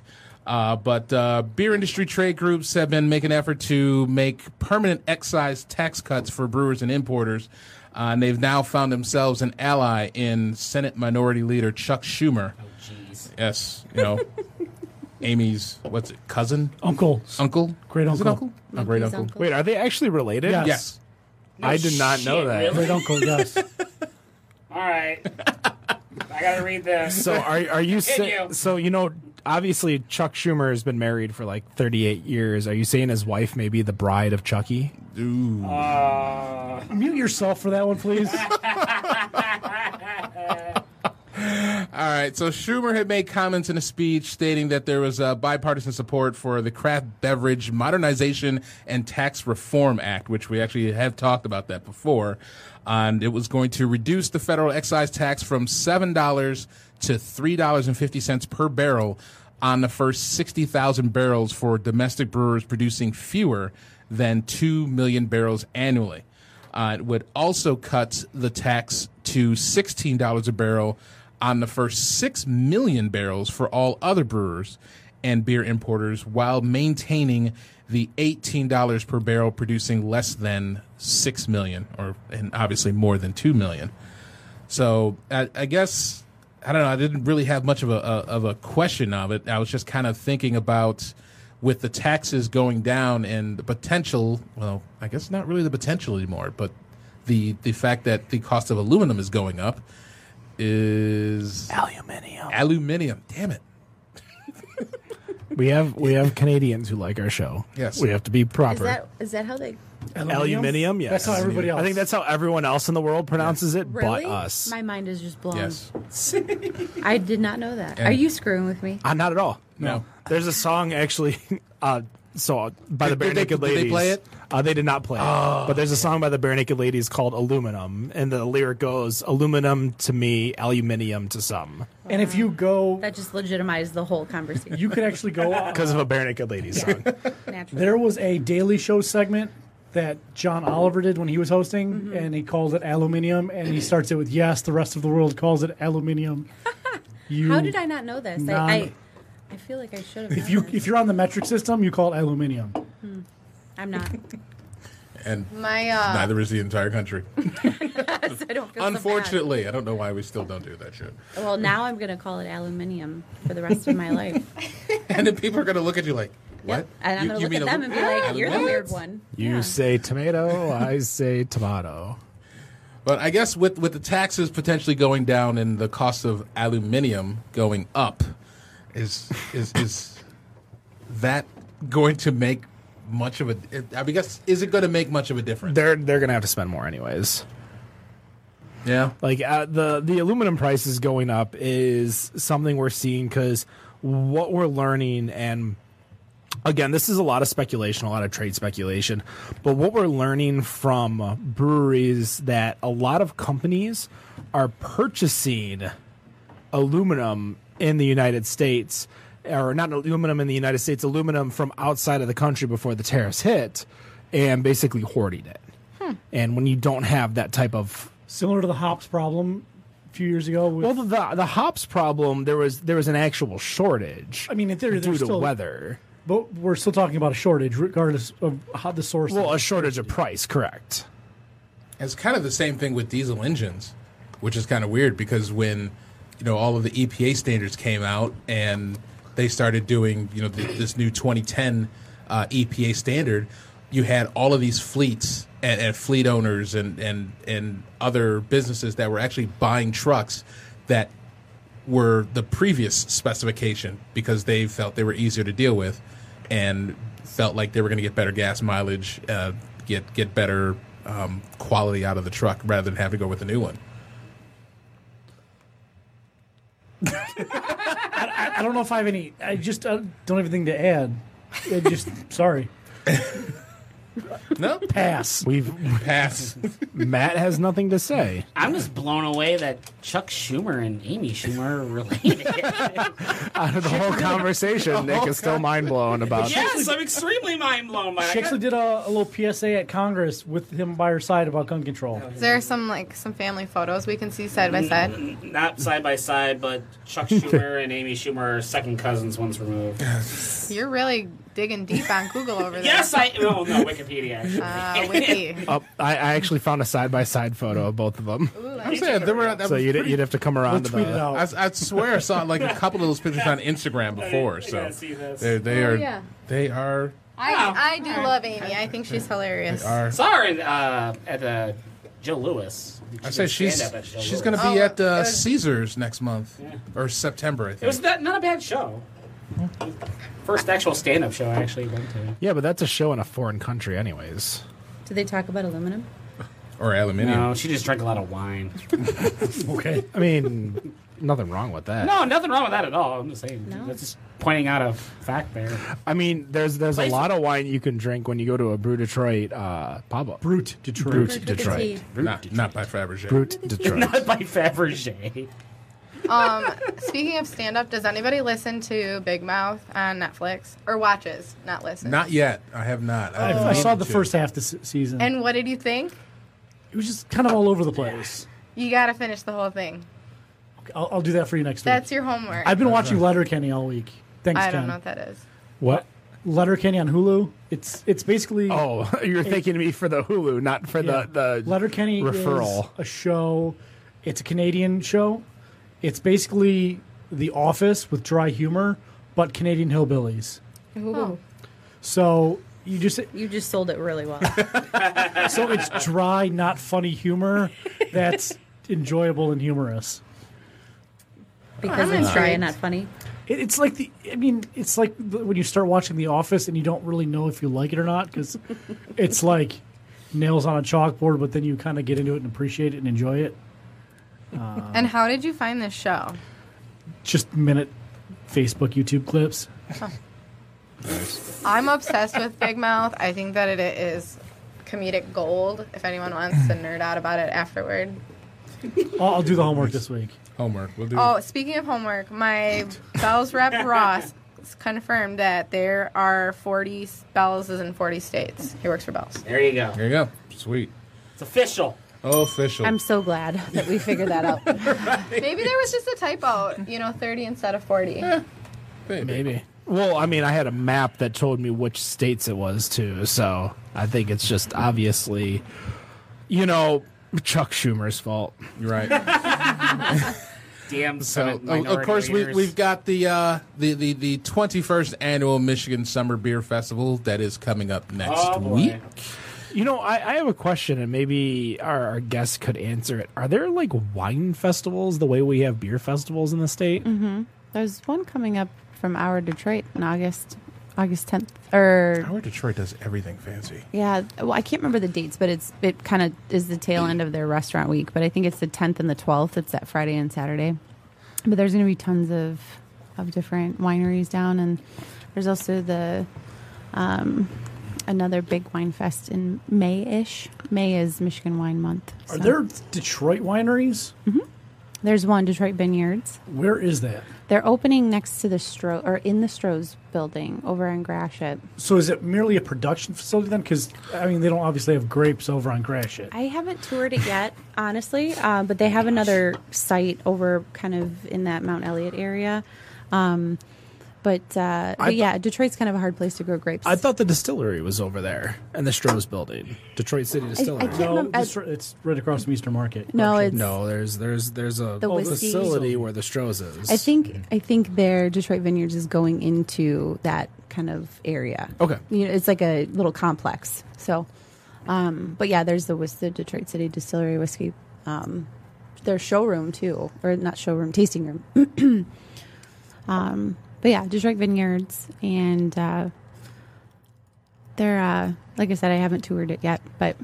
uh, but uh, beer industry trade groups have been making an effort to make permanent excise tax cuts for brewers and importers. Uh, and they've now found themselves an ally in Senate Minority Leader Chuck Schumer.
Jeez.
Yes, you know, Amy's what's it, cousin,
Uncle.
uncle,
Great
Is it
uncle.
uncle, Oh, great
His
uncle.
uncle.
Wait, are they actually related?
Yes.
Yes,
I did not know
Shit,
that.
really?
Great uncle, yes.
All right. I got to read this.
So are are you sa-
Continue.
so you know obviously Chuck Schumer has been married for like 38 years. Are you saying his wife may be the bride of Chucky?
Uh,
Mute yourself for that one, please.
All right. So Schumer had made comments in a speech stating that there was uh, bipartisan support for the Craft Beverage Modernization and Tax Reform Act, which we actually have talked about that before. And it was going to reduce the federal excise tax from $7 to $3.50 per barrel on the first 60,000 barrels for domestic brewers producing fewer than 2 million barrels annually. Uh, it would also cut the tax to $16 a barrel on the first 6 million barrels for all other brewers and beer importers while maintaining the $18 per barrel producing less than 6 million or and obviously more than 2 million. So I, I guess I don't know. I didn't really have much of a, a of a question of it. I was just kind of thinking about with the taxes going down and the potential. Well, I guess not really the potential anymore, but the the fact that the cost of aluminum is going up is
Aluminium.
aluminium. Damn it!
We have we have Canadians who like our show.
Yes.
we have to be
Is
proper.
that is that how they?
Aluminium, yes.
That's how everybody else.
I think that's how everyone else in the world pronounces it,
Really?
but us.
My mind is just blown.
Yes.
I did not know that.
And-
Are you screwing with me?
Uh, not at all.
No.
There's a song actually. Uh, so by the
Did-
Bare
did they-
Naked
did they
Ladies.
play it?
Uh, they did not play it. But there's a song by the Bare Naked Ladies called "Aluminum," and the lyric goes, "Aluminum to me, aluminium to some,"
and if you go,
That just legitimized the whole conversation.
you could actually go. on-
because of a Bare Naked Ladies song.
naturally.
There was a Daily Show segment that John Oliver did when he was hosting,
Mm-hmm.
and he called it aluminium, and he starts it with "Yes, the rest of the world calls it aluminium." You,
How did I not know this?
Non-
I, I I feel like I should have.
If
known
you
this.
if you're on the metric system, you call it aluminium.
I'm not.
And
My uh,
neither is the entire country.
I don't feel so bad.
Unfortunately, I don't know why we still don't do that shit.
Well, now I'm going to call it aluminium for the rest of my life.
And then people are going to look at you like, what?
And I'm
You-
going
you
to look
mean
at them and be
alu-
like, you're the
aluminum?"
weird one.
You
Yeah.
say tomato, I say tomato.
But I guess with, with the taxes potentially going down and the cost of aluminium going up, is is is that going to make much of a? I mean, I guess is it going to make much of a difference?
They're they're gonna have to spend more anyways.
yeah,
Like uh, the the aluminum prices going up is something we're seeing because what we're learning and again this is a lot of speculation, a lot of trade speculation, but what we're learning from breweries that a lot of companies are purchasing aluminum in the United States, or not aluminum in the United States, aluminum from outside of the country before the tariffs hit, and basically hoarding it. And when you don't have that type of
Similar to the hops problem a few years ago. With,
well, the, the the hops problem there was there was an actual shortage.
I mean, in theory,
due
there's
to
still
weather.
but we're still talking about a shortage, regardless of how the source.
Well, a shortage of price, correct?
it's kind of the same thing with diesel engines, which is kind of weird because when you know all of the EPA standards came out and they started doing you know th- this new 2010 uh, EPA standard, you had all of these fleets and, and fleet owners and and and other businesses that were actually buying trucks that were the previous specification because they felt they were easier to deal with and felt like they were going to get better gas mileage, uh, get get better um, quality out of the truck rather than have to go with a new one.
I don't know if I have any. I just uh, don't have anything to add. I just sorry,
No,
pass.
We've
pass.
Matt has nothing to say.
I'm just blown away that Chuck Schumer and Amy Schumer are related.
Out of the whole conversation, Nick is still mind blown about.
yes, I'm extremely mind blown by
She actually
that.
did a, a little PSA at Congress with him by her side about gun control.
is there some like some family photos we can see side by
Mm-hmm.
side?
Not side by side, but Chuck Schumer and Amy Schumer are second cousins once removed.
You're really digging deep on Google over there.
Yes, I. No, no, Wikipedia. actually.
Uh, wiki.
Oh, I, I actually found a side by side photo of both of them.
I'm saying there were. That
So
was
you'd,
pretty-
you'd have to come around
We'll
to
tweet it
the.
out.
I, I swear I saw like a couple of those pictures on Instagram before.
I
So
gotta see this.
they,
Oh,
they are.
yeah.
They are.
I, I do love Amy. I think she's hilarious.
Are.
Saw her in, uh, at the Joe Lewis.
I said she's she's going to be
Oh,
at
it
uh,
was-
Caesars next month or September. I
It was
think.
not, not a bad show. First actual stand-up show I actually went to.
Yeah, but that's a show in a foreign country, anyways.
Do they talk about aluminum?
Or aluminium.
No, she just drank a lot of wine.
Okay. I mean, nothing wrong with that.
No, nothing wrong with that at all. I'm just saying.
No.
That's just pointing out a fact there.
I mean, there's there's a
Place-
lot of wine you can drink when you go to a Brew Detroit uh, pub up.
Brute Detroit.
Brute
Brute with a
Detroit.
T.
Not, not by Fabergé.
Brute Detroit.
Not by Fabergé.
Um, speaking of stand up, does anybody listen to Big Mouth on Netflix or watches, not listen?
Not yet. I have not. I,
I saw the first half this season.
and what did you think?
it was just kind of all over the place.
You got to finish the whole thing.
I'll, I'll do that for you next week.
That's your homework.
I've been watching Letterkenny all week. Thanks,
I
Ken.
don't know what that is.
What?
Letterkenny on Hulu. It's it's basically
Oh, you're thanking me for the Hulu, not for
yeah.
the the
Letterkenny
referral.
is a show. It's a Canadian show. It's basically The Office with dry humor, but Canadian hillbillies. So you just
You just sold it really well.
so it's dry, not funny humor that's enjoyable and humorous.
Because it's dry and not funny.
It, it's like the I mean, it's like the- when you start watching The Office and you don't really know if you like it or not because it's like nails on a chalkboard, but then you kind of get into it and appreciate it and enjoy it.
Um,
And how did you find this show?
Just minute Facebook, YouTube clips.
I'm obsessed with Big Mouth. I think that it is comedic gold. If anyone wants to nerd out about it afterward.
I'll, I'll do the homework this week.
Homework. We'll do.
Oh, speaking of homework, my Bells rep Ross confirmed that there are 40 Bells is in 40 states. He works for Bells.
There you go.
There you go. Sweet.
It's official.
Official.
I'm so glad that we figured that out.
Maybe there was just a typo, you know, 30 instead of 40.
Maybe. Well, I mean, I had a map that told me which states it was too, so I think it's just obviously, you know, Chuck Schumer's fault.
You're right.
Damn.
So oh, of- of course we, we've got the uh, the the the 21st annual Michigan Summer Beer Festival that is coming up next
Oh, boy.
week.
You know, I, I have a question, and maybe our, our guest could answer it. Are there like wine festivals the way we have beer festivals in the state?
Mm. There's one coming up from our Detroit in August, August 10th or
Howard Detroit does everything fancy.
yeah. Well, I can't remember the dates, but it's it kind of is the tail end of their restaurant week. But I think it's the 10th and the 12th. It's that Friday and Saturday. But there's going to be tons of of different wineries down, and there's also the um, another big wine fest in May ish. May is Michigan Wine Month.
Are
so-
there Detroit wineries?
There's one Detroit Vineyards.
Where is that?
They're opening next to the Stro or in the Stroh's building over in Gratiot.
So is it merely a production facility then? Because I mean, they don't obviously have grapes over on Gratiot.
I haven't toured it yet, honestly, uh, but they have another site over kind of in that Mount Elliott area. Um, but, uh, but
th-
yeah, Detroit's kind of a hard place to grow grapes.
I thought the distillery was over there and the Stroh's building, Detroit City Distillery.
can't-
no,
remember-
it's, it's right across from Easter Market.
no,
Gratiot.
it's
no, there's there's there's a
The whiskey-
facility where the Stroh's is.
I think I think their Detroit Vineyards is going into that kind of area.
Okay.
you know, it's like a little complex. So, um, but yeah, there's the whis- the Detroit City Distillery whiskey, um, their showroom too, or not showroom, tasting room. um, but yeah, Detroit Vineyards, and uh, they're uh, like I said, I haven't toured it yet, but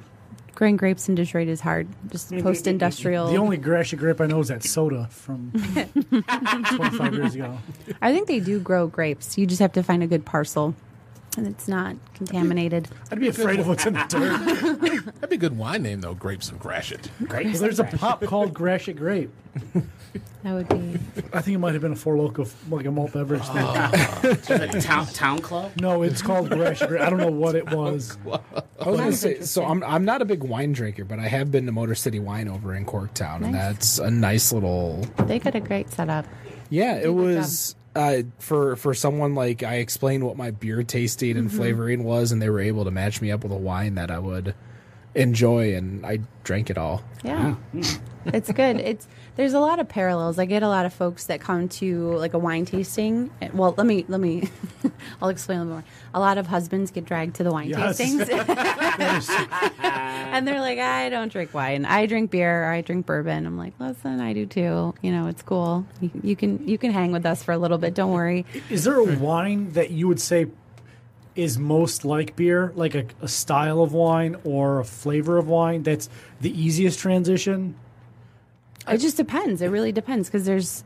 growing grapes in Detroit is hard. Just post industrial.
The only Gratiot grape I know is that soda from 25 years ago.
I think they do grow grapes. You just have to find a good parcel, and it's not contaminated.
I'd be afraid of what's in the dirt.
That'd be a good wine name though. Grapes and Gratiot.
Well, there's a pop called Gratiot Grape.
That would be.
I think it might have been a Four Loco, like a malt beverage thing.
town town club.
No, it's called Gratiot Grape. I don't know what it was.
I was gonna say, so I'm I'm not a big wine drinker, but I have been to Motor City Wine over in Corktown, and
Nice.
that's a nice little.
They got a great setup.
Yeah, it
good
was uh, for for someone like I explained what my beer tasting and flavoring was, and they were able to match me up with a wine that I would enjoy, and I drank it all.
Yeah, it's good. It's there's a lot of parallels. I get a lot of folks that come to like a wine tasting. Well, let me let me. I'll explain a little more. A lot of husbands get dragged to the wine
Yes.
tastings, and they're like, "I don't drink wine. I drink beer. Or I drink bourbon." I'm like, "Listen, I do too. You know, it's cool. You, you can you can hang with us for a little bit. Don't worry."
Is there a wine that you would say is most like beer, like a, a style of wine or a flavor of wine that's the easiest transition?
It just depends. It really depends because there's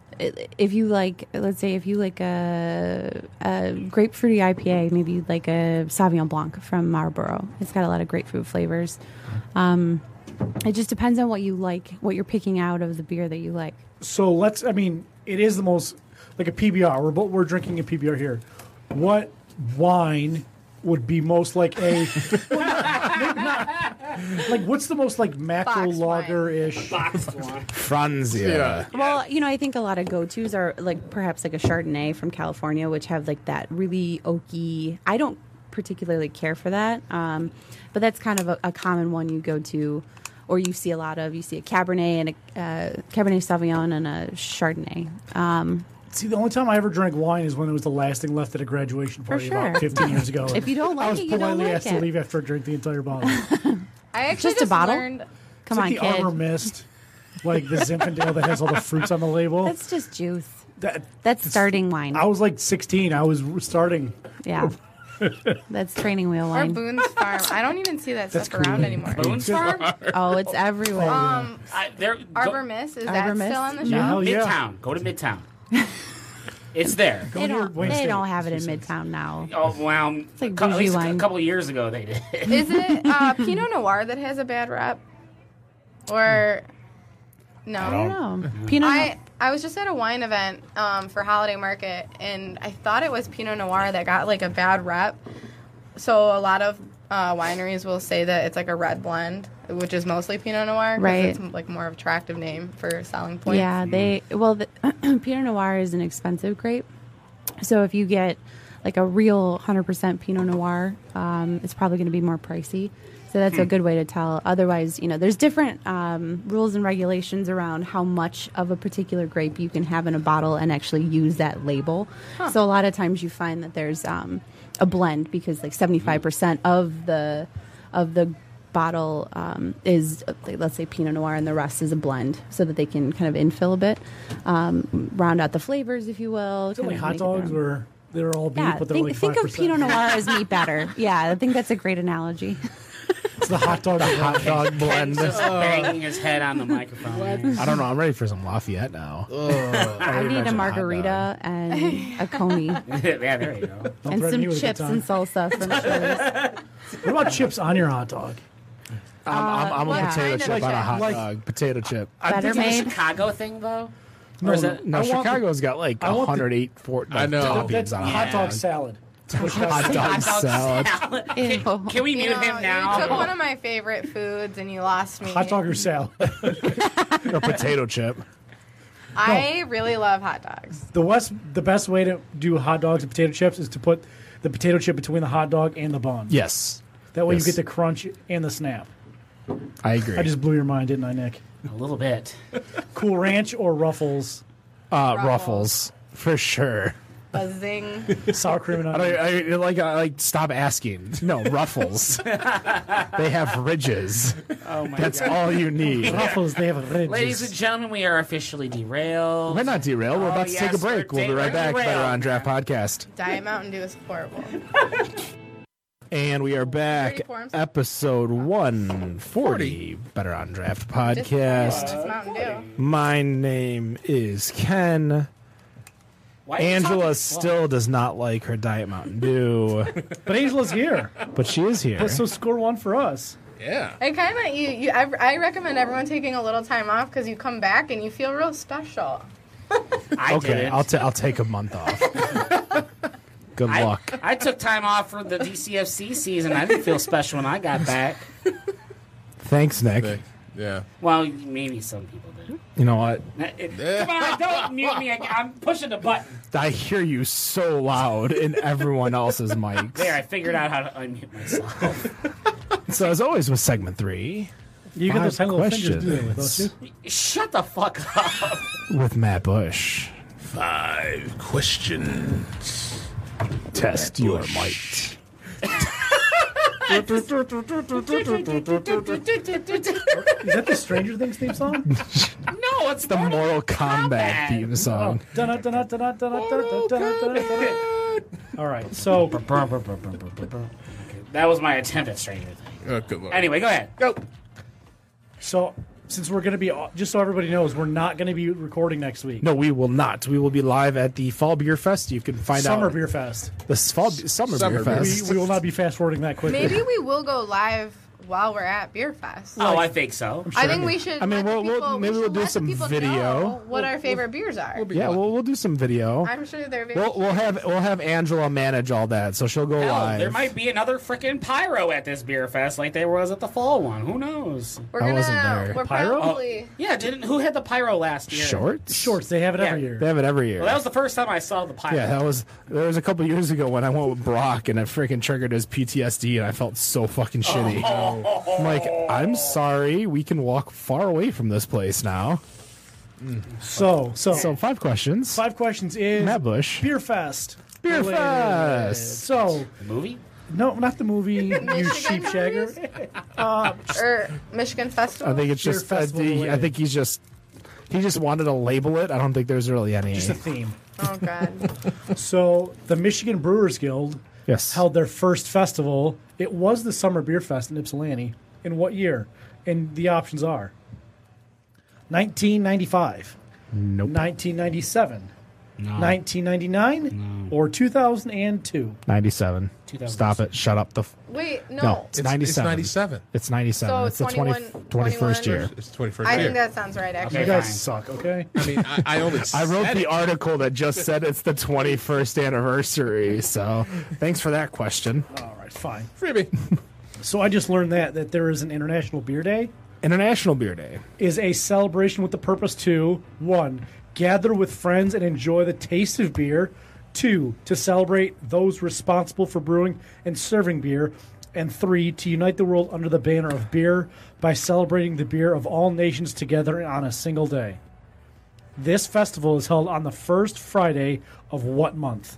if you like, let's say if you like a, a grapefruity IPA, maybe you'd like a Sauvignon Blanc from Marlborough. It's got a lot of grapefruit flavors. Um, it just depends on what you like, what you're picking out of the beer that you like.
So let's. I mean, it is the most like a PBR. We're both, we're drinking a PBR here. What wine would be most like a? Well, not- maybe not Like, what's the most like macro
Box wine.
lager ish?
Franzia.
Yeah.
Well, you know, I think a lot of go-tos are like perhaps like a Chardonnay from California, which have like that really oaky. I don't particularly care for that, um, but that's kind of a, a common one you go to, or you see a lot of. You see a Cabernet and a uh, Cabernet Sauvignon and a Chardonnay. Um,
See, the only time I ever drank wine is when there was the last thing left at a graduation party about
sure.
15 years ago.
If you don't
I
like
was
it, you don't
politely
like
asked to
it.
leave after I drank the entire bottle. It's
I actually
Just
just,
a bottle?
learned
come
like the
on,
Arbor
kid.
Mist, like the Zinfandel that has all the fruits on the label.
That's just juice.
That-
That's starting wine.
I was like 16. I was starting.
Yeah, that's training wheel
or
wine.
Boone's Farm. I don't even see that stuff
cool.
around anymore.
Boone's Farm?
Oh, it's everywhere.
Um,
I, there,
Arbor
go,
Miss is
Arbor
that
Mist?
still on the
Yeah.
Oh,
shelf?
Hell yeah.
Midtown. Go to Midtown. it's there.
they
near
don't.
Wayne
They
State.
don't have it in Midtown now.
Oh, well,
like
a cou- at
bougie
least a, cou-
wine.
couple years ago they did.
Is it uh, Pinot Noir that has a bad rep, or no?
Hmm. I don't know. Pinot.
I I was just at a wine event um, for holiday market, and I thought it was Pinot Noir that got like a bad rep. So a lot of uh, wineries will say that it's like a red blend, which is mostly Pinot Noir. 'cause
Right.
It's like more of attractive name for selling points.
Yeah, they well, the, Pinot Noir is an expensive grape, so if you get like a real hundred percent Pinot Noir, um, it's probably going to be more pricey. So that's a good way to tell. Otherwise, you know, there's different um, rules and regulations around how much of a particular grape you can have in a bottle and actually use that label. So a lot of times you find that there's um, a blend because like seventy five percent of the of the bottle um, is uh, like, let's say pinot noir and the rest is a blend so that they can kind of infill a bit um, round out the flavors if you will
It's only
kind of
hot
make it their
dogs
own.
were they're all beef,
yeah
but they're
think,
like
think
5%.
of pinot noir as meat batter yeah i think that's a great analogy
It's the hot dog. hot dog.
Dog blend.
Just banging his head on the microphone.
I don't know. I'm ready for some Lafayette now.
Uh,
i need a
imagine a hot
margarita and a coney
yeah, there you go.
Don't threaten
and
me
some
with a good
chips
time.
and salsa from Shirley's.
What about chips on your hot dog?
I'm, I'm, I'm
Uh,
a potato
what
chip
kind
on
of
a
chip?
hot
Like-
dog. Potato chip.
better
Is that a
made
Chicago thing though?
No,
is it-
No,
I want the-
Chicago's got like
want the-
108 fort.
I know.
Like,
that's
toppings on a
hot
hot
dog salad.
hot dog salad.
Ew.
Can we
You,
mute
know,
him
you took one
now?
of my favorite foods and you lost me.
Hot dog or salad?
a potato chip.
I really love hot dogs.
The west, the best way to do hot dogs and potato chips is to put the potato chip between the hot dog and the bun.
Yes,
That way
Yes.
you get the crunch and the snap.
I agree.
I just blew your mind, didn't I, Nick?
A little bit.
Cool Ranch or Ruffles?
uh, Ruffles for sure.
A zing.
Sour cream and
I,
onion.
I like. I like. Stop asking. No, Ruffles. they have ridges.
Oh my
That's
god.
all you need.
Ruffles, they have ridges.
Ladies and gentlemen, we are officially derailed.
We're not derailed. We're about to
Oh,
take a
yes,
break.
we're
We'll be right back.
derailed.
Better on Draft Podcast.
Diet Mountain Dew is horrible.
And we are back.
34, I'm sorry.
Episode 140. Better on Draft Podcast.
It's Mountain Dew.
My name is Ken.
Why are you talking-
Angela
Well,
still does not like her Diet Mountain Dew,
But Angela's here.
but she is here.
so score one for us.
Yeah.
I kind of you, you I, I recommend everyone taking a little time off because you come back and you feel real special.
I
Okay,
didn't.
I'll, ta- I'll take a month off. Good
I-
luck.
I took time off for the DCFC season. I didn't feel special when I got back.
Thanks, Nick.
They- Yeah.
Well, maybe some people did.
You know what?
Come on, don't mute me. again. I'm pushing the button.
I hear you so loud in everyone else's mics.
There, I figured out how to unmute myself.
So, as always with segment three,
You
Five
got those tiny little fingers doing it with us.
questions.
too.
Shut the fuck up.
with Matt Bush,
Five questions.
test your might.
Is that the Stranger Things theme song?
No, it's
The Mortal Kombat
Kombat.
theme song.
Oh.
Dun-dun, dun-dun, dun-dun, dun-dun, dun-dun, dun-dun, dun-dun.
Oh,
All right, so
That was my attempt at Stranger Things.
Oh, good lord.
Anyway, go ahead. Go.
so since we're gonna be just so everybody knows, we're not gonna be recording next week.
No, we will not. We will be live at the Fall Beer Fest. You can find
Summer
out
Beer Fest.
the Fall Summer, Beer
Summer Beer
Fest.
We, we will not be fast forwarding that quickly.
Maybe we will go live while we're at Beer Fest.
Oh, I think so.
I think we should.
I mean,
let the
we'll- we'll-
people- we
maybe
should
we'll do
let the
some
people
video.
know What our favorite beers are?
Yeah, well, we'll do some video.
I'm sure they're very.
We'll, we'll have we'll have Angela manage all that, so she'll go
Hell,
live.
Oh, there might be another freaking pyro at this beer fest, like there was at the fall one. Who knows? Oh,
we're
I
gonna.
wasn't there.
We're
Pyro?
probably.
Yeah, didn't who had the pyro last year?
shorts,
Shorts, they have it every
Yeah.
year.
They have it every year.
Well, that was the first time I saw the pyro.
yeah, that was there was a couple years ago when I went with Brock and it freaking triggered his PTSD and I felt so fucking shitty. I'm like, I'm sorry, we can walk far away from this place now.
So, so,
So five questions.
five questions is
Matt Bush.
Beer Fest.
Beer
related.
Fest.
So,
the movie.
no, not the movie.
Oh.
you sheep shagger.
Oh, Or Michigan Festival.
I think it's
Beer
just I
festival
think, I
related.
think he's just he just wanted to label it. I don't think there's really any
Just a theme.
Oh God.
So the Michigan Brewers Guild
Yes.
held their first festival. It was the Summer Beer Fest in Ypsilanti. In what year? And the options are 1995,
Nope.
1997, 1999, or 2002.
97. Stop it. Shut up. The f-
Wait, no.
no. It's,
It's- it's
97.
97.
It's 97.
So
it's the 20,
21
21st year.
It's 21st
I
year.
think that sounds right. Actually,
You
Okay.
guys
Fine.
suck, okay?
I mean, I, I only
I wrote
said
the
it.
article that just said it's the 21st anniversary. So thanks for that question.
All right, fine.
freebie.
So I just learned that that there is an International Beer Day.
International Beer Day.
is a celebration with the purpose to one, gather with friends and enjoy the taste of beer, two, to celebrate those responsible for brewing and serving beer, and three, to unite the world under the banner of beer by celebrating the beer of all nations together on a single day. This festival is held on the first Friday of what month?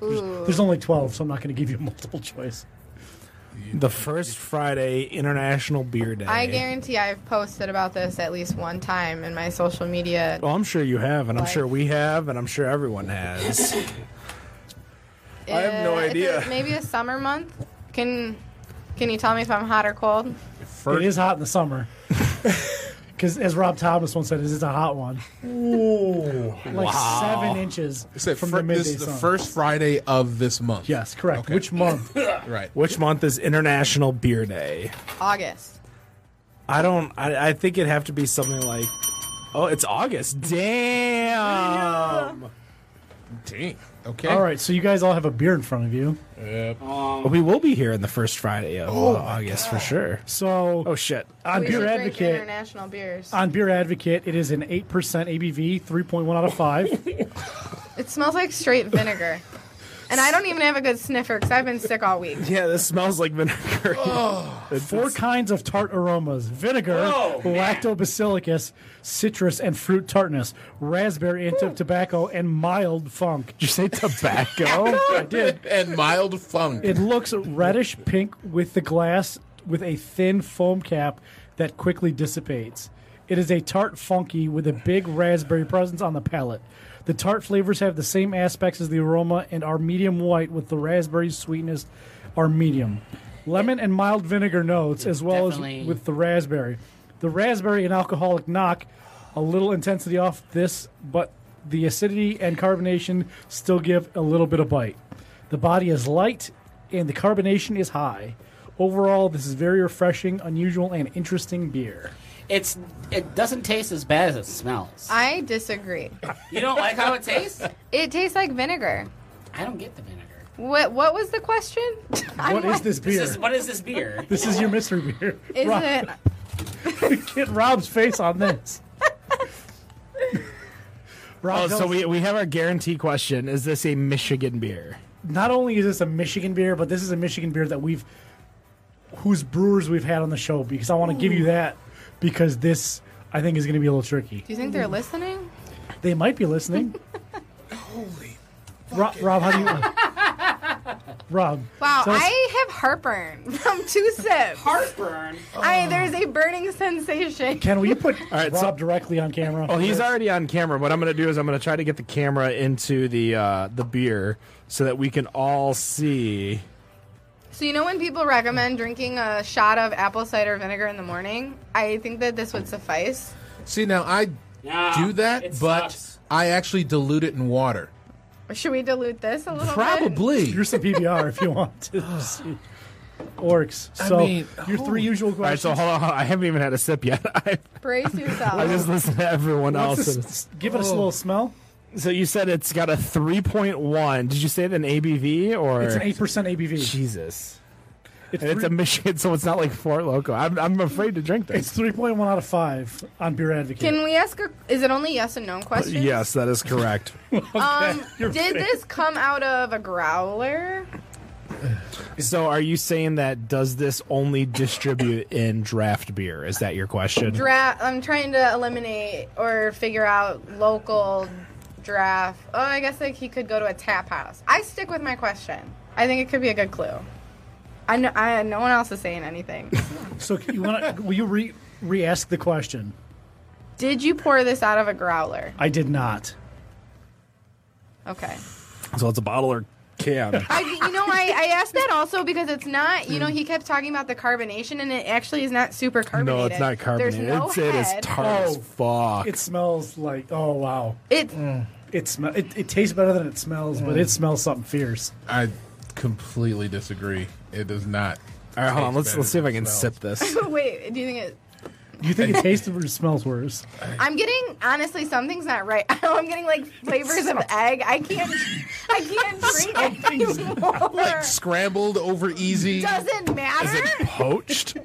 There's, there's only 12, so I'm not going to give you multiple choice.
The first Friday, International Beer Day.
I guarantee I've posted about this at least one time in my social media.
Well, I'm sure you have, and I'm
Life.
sure we have, and I'm sure everyone has.
I
have no idea.
maybe a summer month. Can Can you tell me if I'm hot or cold?
It is hot in the summer. Because as Rob Thomas once said, it's a hot one. like seven inches
It said
from
fir-
the midday
this is the
sun.
first Friday of this month.
Yes, correct. Which month?
Right.
Which month is International Beer Day?
August.
I don't. I, I think it'd have to be something like. Oh, it's August. Damn.
Dang. Okay.
all right, so you guys all have a beer in front of you.
But we will be here on the first Friday of
Oh
uh, August for sure.
So
Oh shit.
on
We should
Beer
drink
Advocate,
international beers.
on Beer Advocate, it is an eight percent ABV, three point one out of five.
It smells like straight vinegar. And I don't even have a good sniffer because I've been sick all week.
Yeah, this smells like vinegar.
Four kinds of tart aromas: vinegar,
Whoa, man.
lactobacillus, citrus, and fruit tartness, raspberry and tobacco, and mild funk.
Did you say tobacco?
I did.
And mild funk.
It looks reddish pink with the glass with a thin foam cap that quickly dissipates. It is a tart funky with a big raspberry presence on the palate. The tart flavors have the same aspects as the aroma and are medium white with the raspberry sweetness are medium. Lemon and mild vinegar notes as well
Definitely.
as with the raspberry. The raspberry and alcoholic knock a little intensity off this, but the acidity and carbonation still give a little bit of bite. The body is light and the carbonation is high. Overall, this is very refreshing, unusual, and interesting beer.
It's it doesn't taste as bad as it smells.
I disagree.
you don't like how it tastes?
It tastes like vinegar.
I don't get the vinegar.
What What was the question? I'm
What is
like,
this
This
beer?
is what is this beer?
This is your mystery beer.
Is
Rob,
it?
Get Rob's face on this. Rob,
oh, so
tell us-
we, we have our guarantee question. Is this a Michigan beer?
not only is this a Michigan beer, but this is a Michigan beer that we've whose brewers we've had on the show because I want to give you that because this I think is going to be a little tricky.
Do you think they're listening?
They might be listening. Holy Rob, Rob, how do you Rob?
Wow,
tell us-
I have heartburn from two sips.
Heartburn.
I there's a burning sensation.
Ken, will you put
right,
Rob
so-
directly on camera?
Well, Oh, he's already on camera. What I'm going to do is I'm going to try to get the camera into the uh, the beer so that we can all see.
So you know when people recommend drinking a shot of apple cider vinegar in the morning? I think that this would suffice.
See, now I
Yeah,
do that,
it
but
sucks.
I actually dilute it in water.
Should we dilute this a little bit?
Probably.
Here's some PBR if you want to. see. Orcs. So
mean,
your three usual
All right,
questions.
so hold on, hold on. I haven't even had a sip yet. I,
Brace
I just
yourself.
listened to everyone else.
What's this-
and it's-
give it a little smell.
so you said it's got a 3.1. Did you say it an ABV or?
It's an eight percent ABV.
Jesus.
It's
And it's a
three-
Michigan, so it's not like Fort Loco. I'm, I'm afraid to drink
it's
this.
three point one out of five on Beer Advocate.
Can we ask a? Is it only yes and no questions?
Uh, Yes, that is correct.
Um, did this come out of a growler?
so are you saying that does this only distribute in draft beer? Is that your question?
Draft. I'm trying to eliminate or figure out local draft. Oh, I guess like he could go to a tap house. I stick with my question. I think it could be a good clue. I know. I, no one else is saying anything.
so you want to? Will you re re ask the question?
did you pour this out of a growler?
I did not.
Okay.
so it's a bottle or can.
I, you know, I, I asked that also because it's not, you know, he kept talking about the carbonation, and it actually is not super carbonated.
no, it's not carbonated.
There's no
it's, it
head.
is tart as
Oh.
fuck.
It smells like oh wow.
It's-
It smell. It, it tastes better than it smells, but it smells something fierce.
I completely disagree. It does not.
All right, hold on.
tastes
Let's
better
let's see if
than
I can
it
sip this.
wait, do you think it?
Do you think it tastes or it smells worse?
I'm getting honestly, something's not right. I'm getting like flavors of egg. I can't, I can't drink it anymore.
Scrambled over easy.
Doesn't matter.
Poached,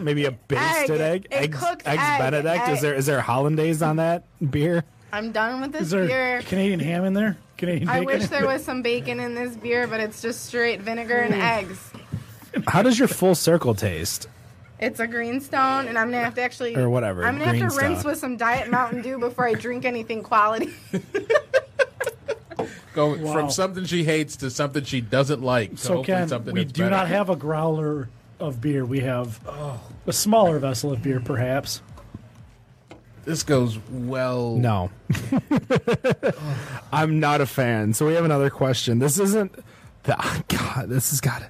maybe a basted egg.
It
Eggs,
cooked
eggs
egg,
Benedict. Is
egg.
there is there hollandaise on that beer?
I'm done with
Is
this
there
beer.
Canadian ham in there? Canadian
I
bacon?
wish there was some bacon in this beer, but it's just straight vinegar and eggs.
How does your full circle taste?
It's a greenstone, and I'm gonna have to actually
Or whatever,
I'm gonna have to
Greenstone.
rinse with some Diet Mountain Dew before I drink anything quality.
Going
Wow.
from something she hates to something she doesn't like. to
So
hopefully
Ken,
something
we
that's
do
better. Oh.
not have a growler of beer. We have a smaller vessel of beer, perhaps.
This goes well.
No. I'm not a fan. So we have another question. This isn't the oh, God, this has got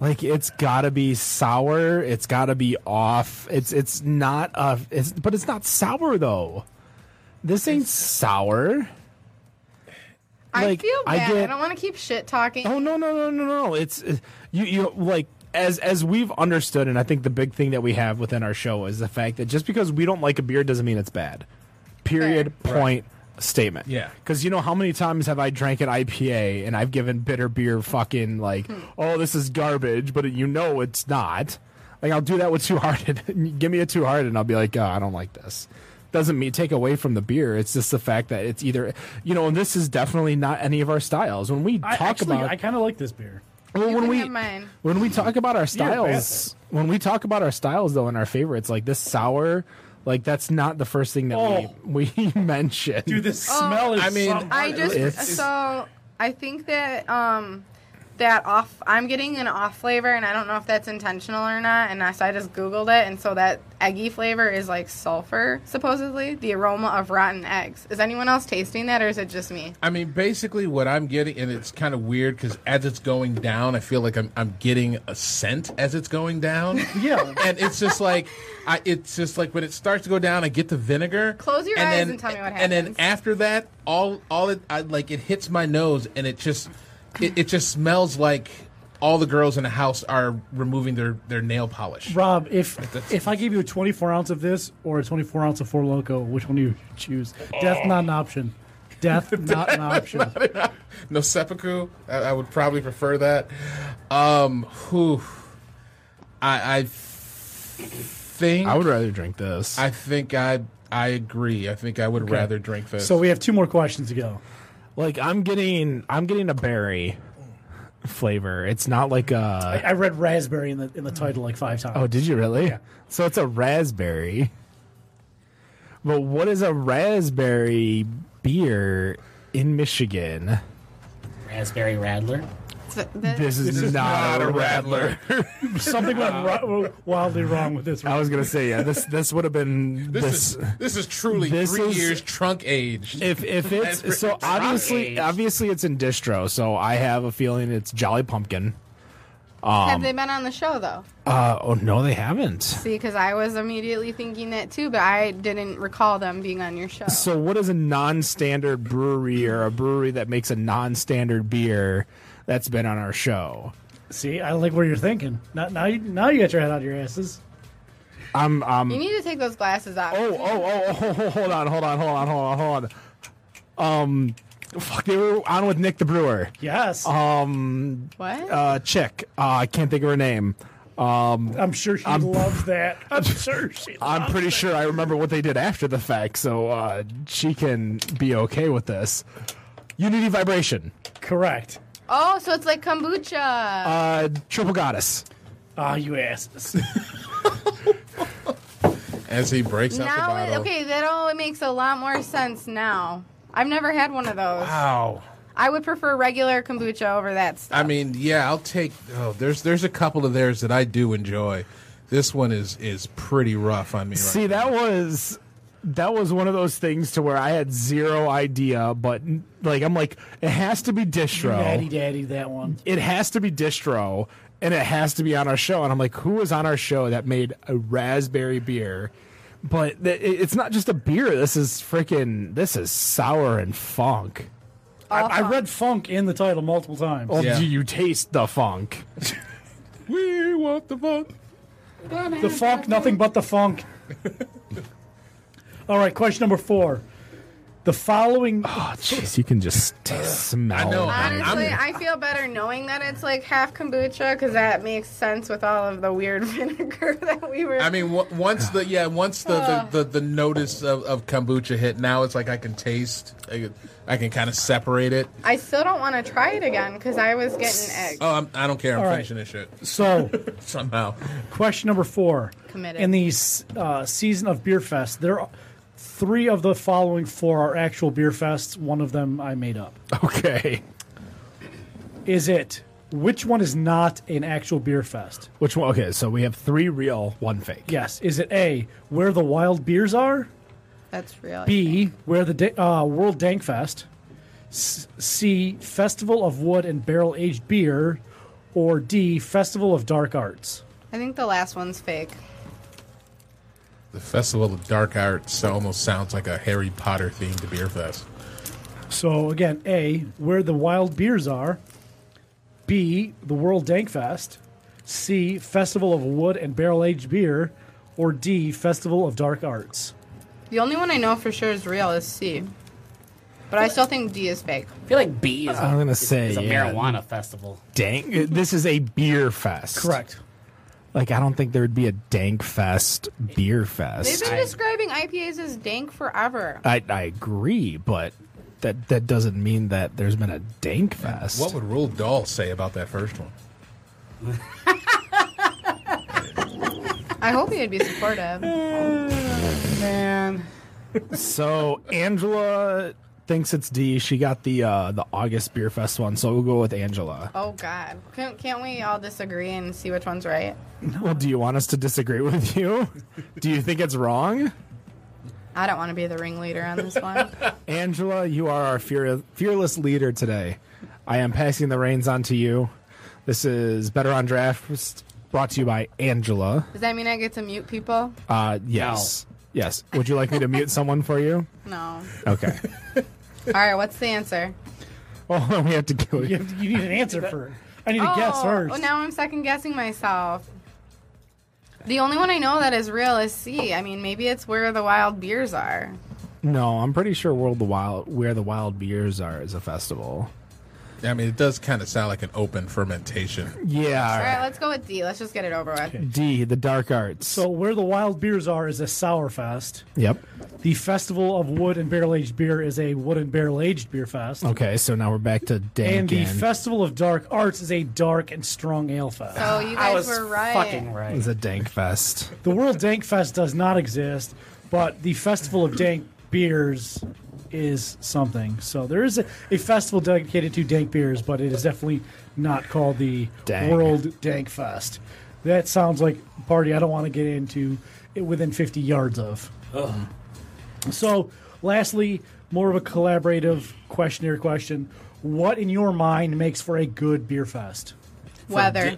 like it's gotta be sour. It's gotta be off. It's it's not a it's but it's not sour though. This ain't sour.
I
Like,
feel
I
bad. I,
get-
don't want to keep shit talking.
Oh no no no no no! It's uh, you you like as as we've understood, and I think the big thing that we have within our show is the fact that just because we don't like a beer doesn't mean it's bad. Period. Point. Statement.
Yeah.
Because you know how many times have I drank an IPA and I've given bitter beer fucking like, oh this is garbage, but you know it's not. Like I'll do that with Two Hearted. Give me a Two Hearted, and I'll be like, oh, I don't like this. Doesn't mean take away from the beer. It's just the fact that it's either, you know, and this is definitely not any of our styles. When we
I
talk
actually,
about,
I kind of like this beer.
well,
You
when
can
we
have mine.
when we talk about our
bastard.
styles, when we talk about our styles though and our favorites, like this sour, like that's not the first thing that
Oh.
we we mention.
Dude, this smell is.
I mean,
something.
Oh. I just uh,
It's-
so I think that um that off I'm getting an off flavor and I don't know if that's intentional or not and I, so I just googled it and so that eggy flavor is like sulfur supposedly the aroma of rotten eggs. Is anyone else tasting that or is it just me?
I mean, basically, what I'm getting, and it's kind of weird because as it's going down, I feel like I'm, I'm getting a scent as it's going down.
Yeah.
and it's just like, I, it's just like when it starts to go down, I get the vinegar.
Close your eyes and tell me what
And then
happens.
after that, all all it I, like it hits my nose, and it just it, it just smells like all the girls in the house are removing their their nail polish.
Rob, if if I gave you a 24 ounce of this or a 24 ounce of Four Loco, which one do you choose? Death not an option. Death not an option.
No seppuku. I, I would probably prefer that. Um, whew. I, I think
I would rather drink this.
I think I I agree. I think I would rather drink this.
So we have two more questions to go.
like I'm getting I'm getting a berry flavor. It's not like a
I read raspberry in the in the title like five times.
Oh, did you really? So it's a raspberry. But what is a raspberry beer in Michigan?
Raspberry Radler.
Th- th-
This is, not, a rattler.
Something went ro- wildly wrong with this.
I was gonna say yeah. This this would have been
this, is this is truly
this
three
is-
years trunk aged.
If if it's
That's
so obviously
aged.
obviously it's in distro, so I have a feeling it's Jolly Pumpkin.
have they been on the show though?
Uh oh no, they haven't.
See, because I was immediately thinking that too, but I didn't recall them being on your show.
So what is a non-standard brewery or a brewery that makes a non-standard beer that's been on our show?
See, I like where you're thinking. Now, now, you, now you got your head out of your asses.
I'm I'm
You need to take those glasses off.
Oh, oh, oh, oh, hold on, hold on, hold on, hold on, hold on. Um, fuck, they were on with Nick the Brewer.
Yes,
What?
Uh, chick. Uh, I can't think of her name.
I'm sure she loves that. I'm sure she.
I'm
loves
pretty
that.
sure I remember what they did after the fact, so uh, she can be okay with this. Unity Vibration.
correct.
oh, so it's like kombucha.
Uh, Triple Goddess.
Ah, you asses.
As he breaks out the
now, it,
bottle.
okay, that all makes a lot more sense now. I've never had one of those.
Wow.
I would prefer regular kombucha over that stuff.
I mean, yeah, I'll take. Oh, there's there's a couple of theirs that I do enjoy. This one is is pretty rough on me. Right
See, that was that was one of those things to where I had zero idea, but like I'm like, it has to be distro.
Daddy, daddy, that one.
it has to be distro and it has to be on our show. And I'm like, who was on our show that made a raspberry beer? But th- it- it's not just a beer. This is freaking. This is sour and funk.
I, I read funk in the title multiple times.
Oh,
Yeah.
do you taste the funk?
we want the vote.
The funk, nothing but the funk. All right, question number four. The following
Oh, jeez, you can just t- smell.
I know.
it.
Honestly, i feel better knowing that it's like half kombucha because that makes sense with all of the weird vinegar that we were.
I mean, w- once the yeah, once the the, the, the notice of, of kombucha hit, now it's like I can taste. I can, I can kind of separate it.
I still don't want to try it again because I was getting eggs.
Oh, I'm, I don't care. I'm
All right.
finishing this shit
so
somehow.
question number four.
Committed.
In the s- uh, season of Beer Fest, there are three of the following four are actual beer fests. One of them I made up.
Okay,
Is it which one is not an actual beer fest?
which one? Okay, so we have three real, one fake.
Yes. Is it A, where the wild beers are?
That's real.
B, where the da- uh, World Dank Fest. S- C, Festival of Wood and Barrel Aged Beer. Or D, Festival of Dark Arts.
I think the last one's fake.
The Festival of Dark Arts almost sounds like a Harry Potter themed beer fest.
So again, A, where the wild beers are. B, the World Dank Fest. C, Festival of Wood and Barrel Aged Beer. Or D, Festival of Dark Arts.
The only one I know for sure is real is C. But I still think D is fake.
I feel like B is. a-
I'm gonna
is-
say,
is a
yeah.
marijuana festival.
Dank. uh, This is a beer fest. Like I don't think there would be a dank fest beer
They've
fest.
been describing IPAs as dank forever.
I, I agree, but that that doesn't mean that there's been a dank fest.
What would Rule Dahl say about that first one?
I hope he'd be supportive.
Man,
so Angela thinks it's D. She got the uh, the August Beer Fest one, so we'll go with Angela.
Oh God, can't, can't we all disagree and see which one's right?
Well, do you want us to disagree with you? Do you think it's wrong?
I don't want to be the ringleader on this one.
Angela, you are our fear- fearless leader today. I am passing the reins on to you. This is Better on Draft, brought to you by Angela.
Does that mean I get to mute people?
Uh, yes. Yes. Would you like me to mute someone for you?
No.
Okay.
All right, what's the answer?
Well, we have to go.
You, have- you need an answer for it. I need a guess first.
well, Oh, now I'm second guessing myself. The only one I know that is real is C. I mean, maybe it's where the wild beers are.
No, I'm pretty sure World the Wild, where the wild beers are, is a festival.
I mean, it does kind of sound like an open fermentation.
All right,
Yeah.
let's go with D. Let's just get it over with.
D, the dark arts.
So where the wild beers are is a sour fest.
yep.
The Festival of Wood and Barrel Aged Beer is a wood and barrel aged beer fest.
Okay, so now we're back to
And
Dank.
the
and-
Festival of Dark Arts is a dark and strong ale fest.
So you
I
guys
was
were right.
fucking right.
it's a Dank fest.
The World Dank Fest does not exist, but the Festival of Dank Beers is something. So there is a, a festival dedicated to dank beers, but it is definitely not called the
Dang.
World Dank Fest. That sounds like a party I don't want to get into it within 50 yards of. So, lastly, more of a collaborative questionnaire question. What in your mind makes for a good beer fest?
Weather.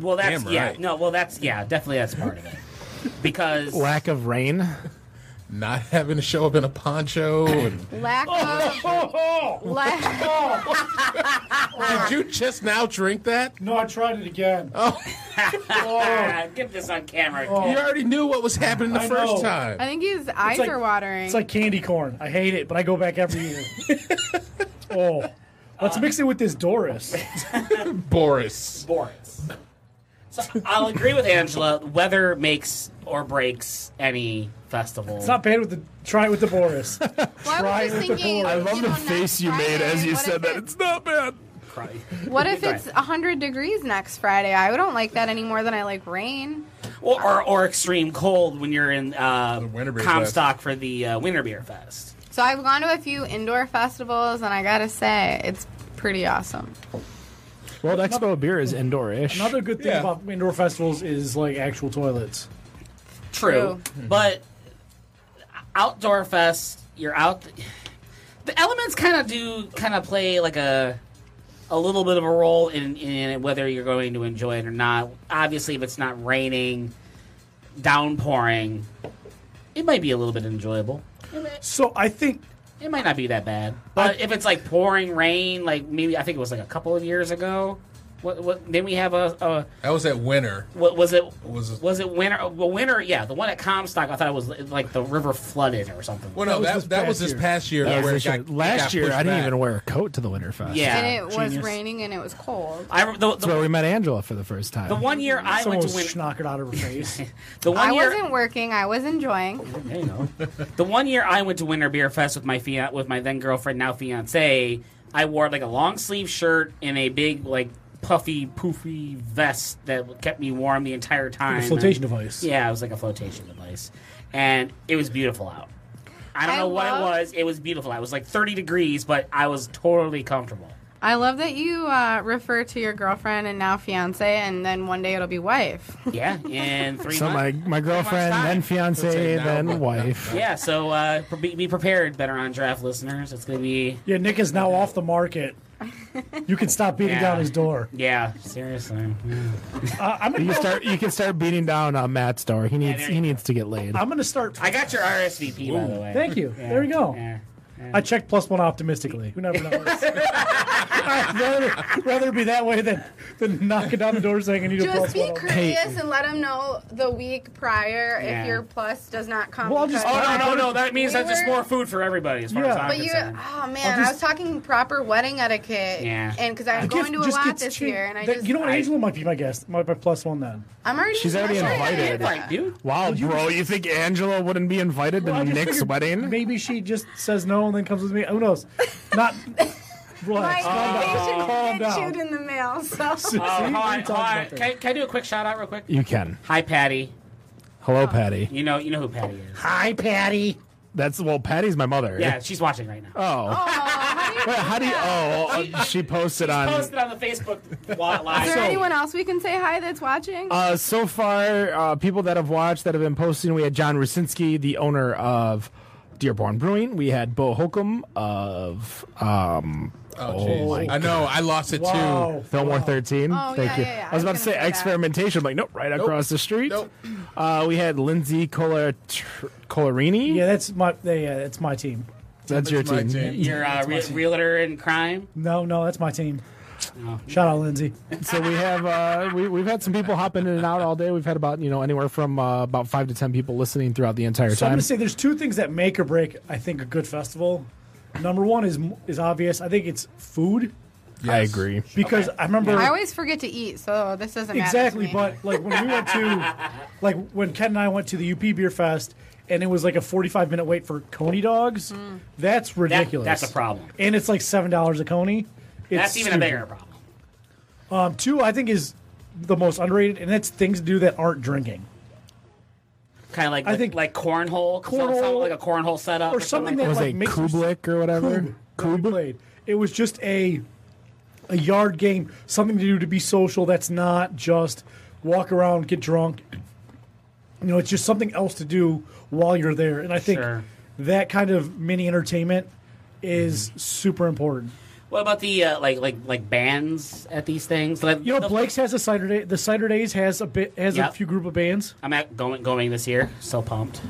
Well, that's
Damn
yeah.
right.
No, well, that's yeah. Definitely, that's part of it. Because
Lack of rain.
not having to show up in a poncho. And
Lack
Oh.
of lack.
did you just now drink that?
No, I tried it again.
Ah, get this on camera.
Oh.
You already knew what was happening the
I
first
know.
time.
I think his eyes
like-
are watering.
It's like candy corn. I hate it, but I go back every year. oh, let's mix it with this Doris.
Boris.
Boris. So I'll agree with Angela. Weather makes or breaks any festival.
It's not bad with the try it with the Boris.
Well, I was just thinking,
I love
you
the
know, next
face you made
Friday,
as you
what if
said that.
it-
It's not bad.
What if it's 100 degrees next Friday? I don't like that any more than I like rain.
or, or or extreme cold when you're in uh,
Winter Beer
Comstock for the uh, Winter Beer Fest.
So I've gone to a few indoor festivals, and I gotta say, it's pretty awesome.
World Expo of Beer is indoor-ish.
Another good thing
Yeah.
about indoor festivals is like actual toilets.
True, but outdoor fest, you're out. The elements kind of do kind of play like a a little bit of a role in in whether you're going to enjoy it or not. Obviously, if it's not raining, downpouring, it might be a little bit enjoyable.
So I think
It might not be that bad, but if it's like pouring rain, like maybe I think it was like a couple of years ago. What? What? Then we have a, a
That was that winter.
what was it?
Was it-
Was it winter? oh, Well, winter. Yeah, the one at Comstock. I thought it was like the river flooded or something.
Well, no,
was
that,
this
that, was
past
this
year.
past year.
That was
where it
this year.
got- it got
Last year,
pushed
I didn't
back.
even wear a coat to the Winterfest.
yeah,
and it was
genius.
raining and it was cold.
I re- the, the,
That's where we met Angela for the first time.
the one year I
someone
went
was
to winter.
schnockered out of her face.
The one
I
year
wasn't working. I was enjoying.
There you go. the one year I went to Winter Beer Fest with my fia- with my then girlfriend, now fiance, I wore like a long sleeve shirt and a big like puffy poofy vest that kept me warm the entire time.
a flotation device.
Yeah, it was like a flotation device, and it was beautiful out. I don't
I
know what it
love-
was. It was beautiful. out. It was like 30 degrees, but I was totally comfortable.
I love that you uh, refer to your girlfriend and now fiance, and then one day it'll be wife.
Yeah, and three
so my,
months.
my girlfriend,
time.
then fiance,
Say now,
then
but-
wife.
yeah, so uh, pre- be be prepared, better on draft listeners. It's gonna be
Yeah, Nick is now off the market. You can stop beating
Yeah.
down his door.
yeah, seriously.
Uh, I'm
You
gonna
can start. You can start beating down on Matt's door. He needs.
there
He
you
needs to get laid.
I'm gonna start.
I got your RSVP by the way.
Thank you. There we go.
Yeah.
I checked plus one optimistically. Who never knows? I'd rather, rather be that way than, than knocking down the door saying I need a
Just
plus
be
one. op-
courteous and let them know the week prior
Yeah.
if your plus does not come.
Well, I'll just-
because-
Oh no no no! That means
We
that's just
were-
more food for everybody as far as
Yeah.
I'm
But you,
concerned.
oh man,
just-
I was talking proper wedding etiquette.
Yeah.
And because I'm
It
going
just-
to a
just
lot
gets
this
changed.
year, and I
That-
just
you know what? Angela might be my guest. Might be plus one then.
I'm already.
She's already
I'm already
invited.
invited.
Like, dude,
Wow, bro, you think Angela wouldn't be invited to
I just
Nick's
figured
wedding?
Maybe she just says no and then comes with me. Who knows? Not.
My
Relax.
vacation
calm
did
down.
shoot in the mail, so
See,
Oh,
we
hi,
talked
hi.
about that.
Can, can I do a quick shout out real quick?
You can.
Hi, Patty.
Hello, Patty.
You know, you know who Patty is.
Hi, Patty. That's well, Patty's my mother.
Yeah, she's watching right now.
Um,
Oh. Wait, how do you? Oh, oh, she posted on.
Posted on the Facebook wa- live.
Is there anyone else we can say hi that's watching?
Uh, so far, uh, people that have watched that have been posting, we had John Rusinski, the owner of Dearborn Brewing. We had Bo Holcomb of um,
Oh,
my
jeez. I know. I lost it
Wow.
too.
Fillmore 13.
Oh,
Thank
yeah,
you.
yeah, yeah.
I was about to
I was
say
gonna say that.
experimentation. but like, nope, right across the street.
Nope.
Uh, we had Lindsay Colar- Tr- Colarini.
Yeah, that's my. Yeah, that's my team.
That's your
That's my
team.
team.
Your uh, re- realtor in crime.
No, no, that's my team. Shout out, Lindsay.
So we have uh, we we've had some people hopping in and out all day. We've had about you know anywhere from uh, about five to ten people listening throughout the entire
So I'm
time.
gonna say there's two things that make or break. I think a good festival. Number one is is obvious. I think it's food
I agree.
because I remember
I always forget to eat, so this doesn't matter. to
exactly.
me.
But like when we went to, like when Ken and I went to the UP Beer Fest, and it was like a 45 minute wait for coney dogs. That's
Mm. That,
ridiculous.
that's a problem.
And it's like seven dollars a coney. It's
That's even a
stupid.
bigger problem.
Um, two, I think is the most underrated, and that's things to do that aren't drinking
Kind of like
I
like,
think-
like cornhole, So-
Cornhole-
something like a cornhole setup,
or something
like
that
Was
like
it
makes you
Kublik or whatever?
Cube played. It was just a a yard game, something to do to be social. That's not just walk around, get drunk. You know, it's just something else to do while you're there. And I think
Sure.
that kind of mini entertainment
Mm-hmm.
is super important.
that. What about the uh, like like like bands at these things? Like,
You know,
the-
Blake's has a cider day. The cider days has a bit has
Yep.
a few group of bands.
I'm at going going this year. So pumped.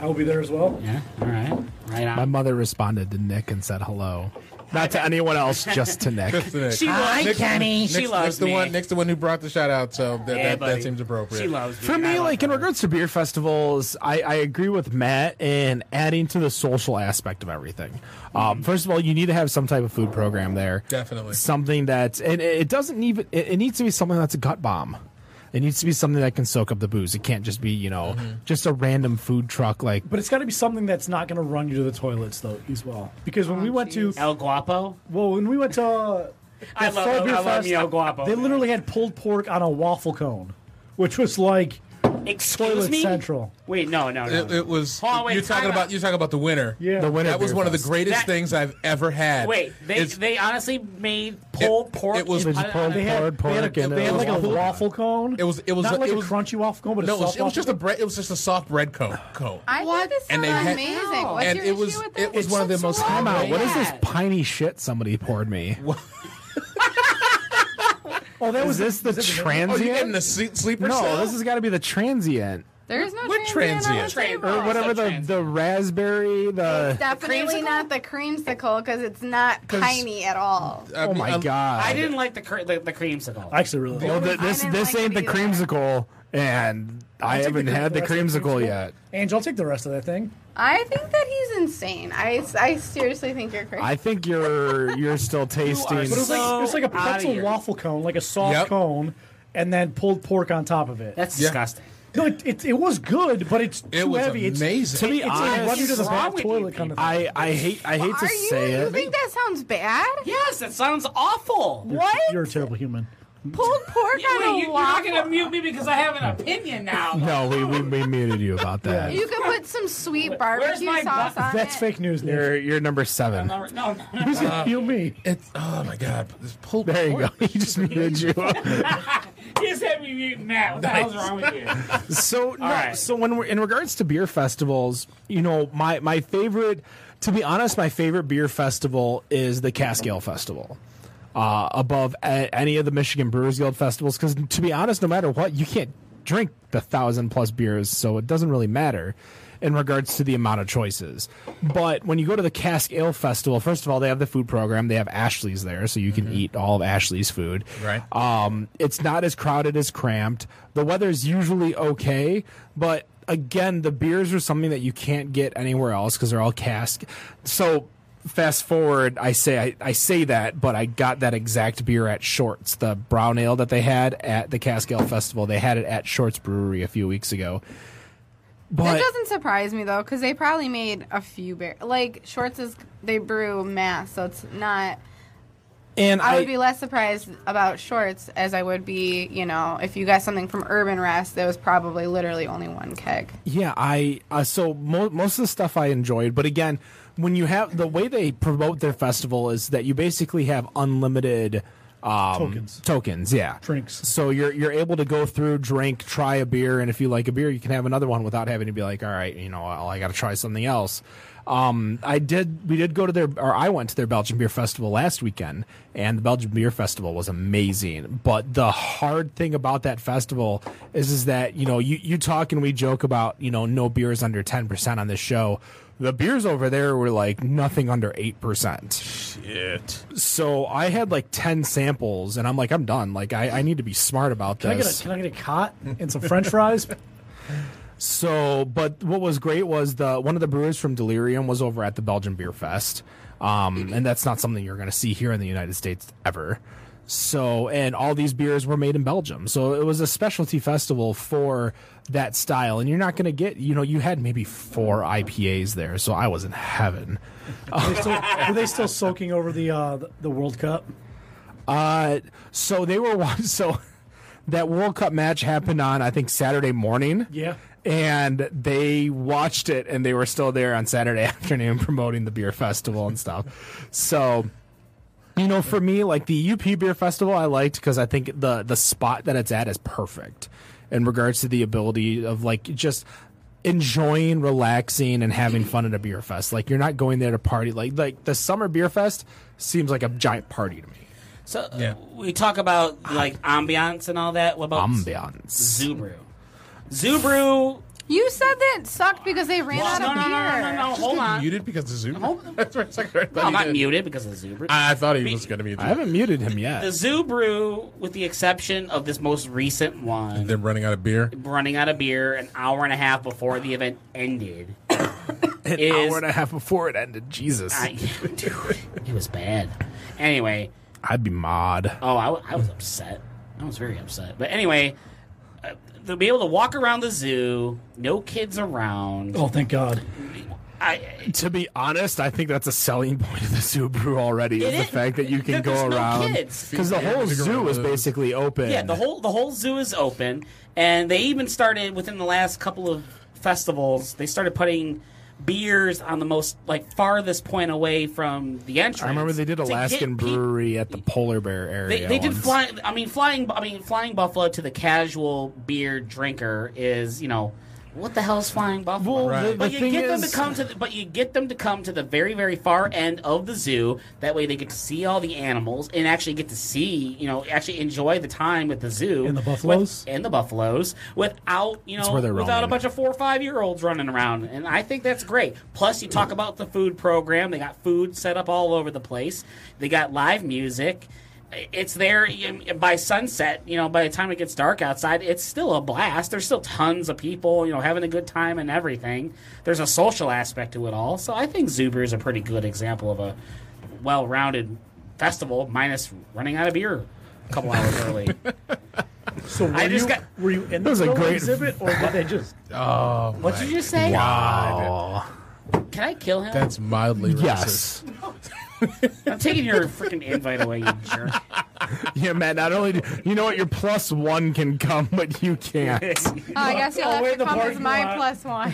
I will be there as well.
Yeah. All right. Right
My
on.
mother responded to Nick and said hello. Not to anyone else, just to Nick.
That's the next.
She loves
Nick's-
Kenny. She
Nick's-
loves
Nick's the
me.
one. Nick's the one who brought the shout out, so that,
Yeah,
that, that
buddy.
seems appropriate.
She loves me.
For
I
me,
love
like in
her.
regards to beer festivals, I, I agree with Matt in adding to the social aspect of everything. Um, first of all, you need to have some type of food program there.
Definitely.
Something that's, and it it doesn't even, it, it needs to be something that's a gut bomb. It needs to be something that can soak up the booze. It can't just be, you know, just a random food truck like
But it's got to be something that's not going to run you to the toilets though, as well. Because
Oh,
when we went to
El Guapo.
well, when we went to uh,
I
that
love,
Fall Beer
I love
Fest,
me El Guapo.
they literally had pulled pork on a waffle cone, which was like
Excuse
toilet
me.
central.
Wait, no, no, no.
It, it was.
Hold on, wait,
you're talking
time
about
out.
you're talking about the winner.
Yeah.
the winner.
That was
beer
one of the
fest.
greatest
That-
things I've ever had.
Wait, they
It's-
they honestly made pulled pork.
it was
in-
Just pulled
They had,
Poured
they had, a,
pork and
they
a
had like a
waffle
waffle cone.
It was- it was
not
a-
like
it
a
was-
crunchy waffle cone, but
no,
a
it was,
soft
it was just a
waffle
bread. It was just a soft bread coat. coat.
I what? this
And
sounds
they had-
amazing. What's
and
your
it was
issue with
it
this?
was one of the most.
Time out. What is this
Yeah.
piney shit somebody poured me?
Oh, that
Is this
was
the
Oh, you getting
transient?
the sleep, sleeper
No,
cell?
this has got to be the transient.
There's no
What
transient.
transient?
on the
Or
table.
Or whatever the, the raspberry, the.
Definitely
Creamsicle?
not the creamsicle because it's not piney at all.
I
oh
mean,
my
um,
god!
I didn't like the cre- the, the creamsicle.
I actually really.
Well,
liked
th-
it.
this
didn't
this
like
ain't the
it either.
creamsicle, and I,
I'll take
haven't
the cream-
had the
rest of
creamsicle yet.
Ange, I'll take the rest of that thing.
I think that he's insane. I, I seriously think you're crazy.
I think you're you're still tasting.
But it was like
So
it was like a
outta
pretzel
here.
waffle cone, like a soft
Yep.
cone, and then pulled pork on top of it.
That's
Yeah.
disgusting.
no, it, it, it was good, but it's
It
too
was
heavy. It's-
amazing.
To be
it's like
honest,
run you to the
what's wrong
back
with you
toilet kind of thing.
I I hate I hate to
Are you?
say
you
it.
think that sounds bad?
Yes, that sounds awful.
What?
You're a terrible human.
Pulled pork
Yeah,
on
wait,
a
you, you're not
waffle.
gonna mute me because I have an opinion now.
No, we, we we muted you about that.
You could put some sweet
where's
barbecue
my
sauce
bu-
on
That's
it.
fake news, Nick.
You're you're number seven.
No, no, no.
you me.
It's oh my god. This pulled.
There you go.
pork.
He just muted you.
You just had me mute Matt. What the hell's wrong with you?
So no,
right.
so when we're in regards to beer festivals, you know, my my favorite, to be honest, my favorite beer festival is the Cask Ale Festival. Uh, above a- any of the Michigan Brewers Guild festivals, because to be honest, no matter what, you can't drink the thousand plus beers, so it doesn't really matter in regards to the amount of choices. But when you go to the Cask Ale Festival, first of all, they have the food program. They have Ashley's there, so you can eat all of Ashley's food.
Right.
Um, it's not as crowded as cramped. The weather's usually okay, but again, the beers are something that you can't get anywhere else because they're all cask. So fast forward, I say I, I say that, but I got that exact beer at Shorts, the brown ale that they had at the Cask Ale Festival. They had it at Shorts Brewery a few weeks ago.
That
But
doesn't surprise me though, because they probably made a few beer. Like Schwartz is they brew mass, so it's not.
and
I would be less surprised about Shorts as I would be, you know, if you got something from Urban Rest that was probably literally only one keg.
Yeah, I uh, so mo- most of the stuff I enjoyed, but again, when you have the way they promote their festival is that you basically have unlimited um,
Tokens.
Tokens, yeah,
Drinks.
So you're you're able to go through, drink, try a beer, and if you like a beer, you can have another one without having to be like, all right, you know, well, I got to try something else. Um, I did. We did go to their, or I went to their Belgian beer festival last weekend, and the Belgian beer festival was amazing. But the hard thing about that festival is, is that you know, you you talk and we joke about you know, no beers under ten percent on this show. The beers over there were like nothing under eight percent so I had like ten samples, and I'm like, I'm done. Like, I, I need to be smart about
Can I, get
this.
a, can I get a cot and some French fries?
so, but what was great was the one of the brewers from Delirium was over at the Belgian Beer Fest, um, and that's not something you're going to see here in the United States ever. So, and all these beers were made in Belgium, so it was a specialty festival for that style. And you're not going to get, you know, you had maybe four IPAs there, so I was in heaven.
Are they still, were they still soaking over the uh, the- the World Cup?
Uh, so they were one. So that World Cup match happened on I think Saturday morning.
Yeah.
And they watched it, and they were still there on Saturday afternoon promoting the beer festival and stuff. So, you know, for me, like the UP Beer Festival, I liked because I think the the spot that it's at is perfect in regards to the ability of like just enjoying, relaxing, and having fun at a beer fest. Like you're not going there to party. Like like the summer beer fest seems like a giant party to me.
So uh,
Yeah.
we talk about like ambiance and all that. What about
ambiance.
Zubru? Zubru
You said that sucked because they ran out
No,
of
no, no,
beer.
no, no, no, Hold on.
Muted because of Zoom. That's for a second. I thought
No,
he
I'm not
did.
muted because of Zuber.
Uh,
I I thought he was going to be.
I haven't muted him
the
yet.
Zoo Brew, with the exception of this most recent one,
Them running out of beer.
running out of beer an hour and a half before the event ended.
An
is-
hour and a half before it ended. Jesus,
I, dude, it was bad. Anyway,
I'd be mod.
oh, I, wa- I was upset. I was very upset. But anyway, uh, to be able to walk around the zoo, no kids around.
Oh, thank God.
I,
To be honest, I think that's a selling point of the Subaru already is
It
the
is-
fact that you can
that
go
there's no
around
kids.
because the
Yeah,
whole
you can go
zoo
around
is
the-
basically open.
yeah, the whole the whole zoo is open, and they even started within the last couple of festivals. They started putting beers on the most like farthest point away from the entrance.
I remember they did
to get
Alaskan
pe-
Brewery at the polar bear area.
They, they did
once.
fly. I mean, flying. I mean, flying buffalo to the casual beer drinker is you know. What the hell's flying buffalo?
Well, Right. the-
But
the
you
thing
get them
is-
to come to, the, but you get them to come to the very, very far end of the zoo. That way, they get to see all the animals and actually get to see, you know, actually enjoy the time at the zoo
And the buffaloes?
with, and the buffaloes without, you know,
where they're
without a
roaming.
bunch of four or five year olds running around. And I think that's great. Plus, you talk about the food program. They got food set up all over the place. They got live music. It's there you- by sunset. You know, by the time it gets dark outside, it's still a blast. There's still tons of people. You know, having a good time and everything. There's a social aspect to it all. So I think Zuber is a pretty good example of a well-rounded festival, minus running out of beer a couple hours early.
So were,
I just
you,
got-
were you in the
was a
Gorilla
great-
exhibit, or did they just?
What did you just say? Can I kill him?
That's mildly racist.
Yes.
I'm taking your freaking invite away, you jerk.
Yeah, Matt. Not only do, you know what your plus one can come, but you can't.
Oh, I guess you'll
Oh, we're
have
in the
to come as
parking
my
lot.
plus one.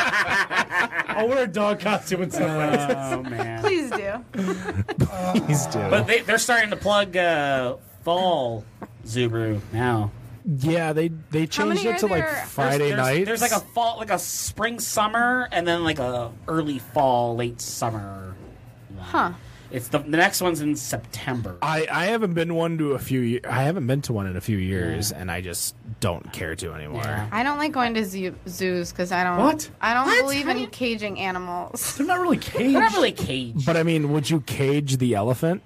I'll wear Oh, a dog costume and stuff.
Oh man!
Please do.
Please do.
But they, they're starting to plug uh, fall Zubru now.
yeah, they they changed
many
it to
are
like
there?
Friday
there's,
night.
There's like a fall, like a spring summer, and then like a early fall, late summer.
Huh.
It's the, the next one's in September.
I, I haven't been one to a few. ye- I haven't been to one in a few years, and I just don't care to anymore.
Yeah.
I don't like going to zoo, zoos because I don't.
What?
I don't
What?
believe
How
in
do you-
caging animals.
They're not really caged.
They're not really caged.
But I mean, would you cage the elephant?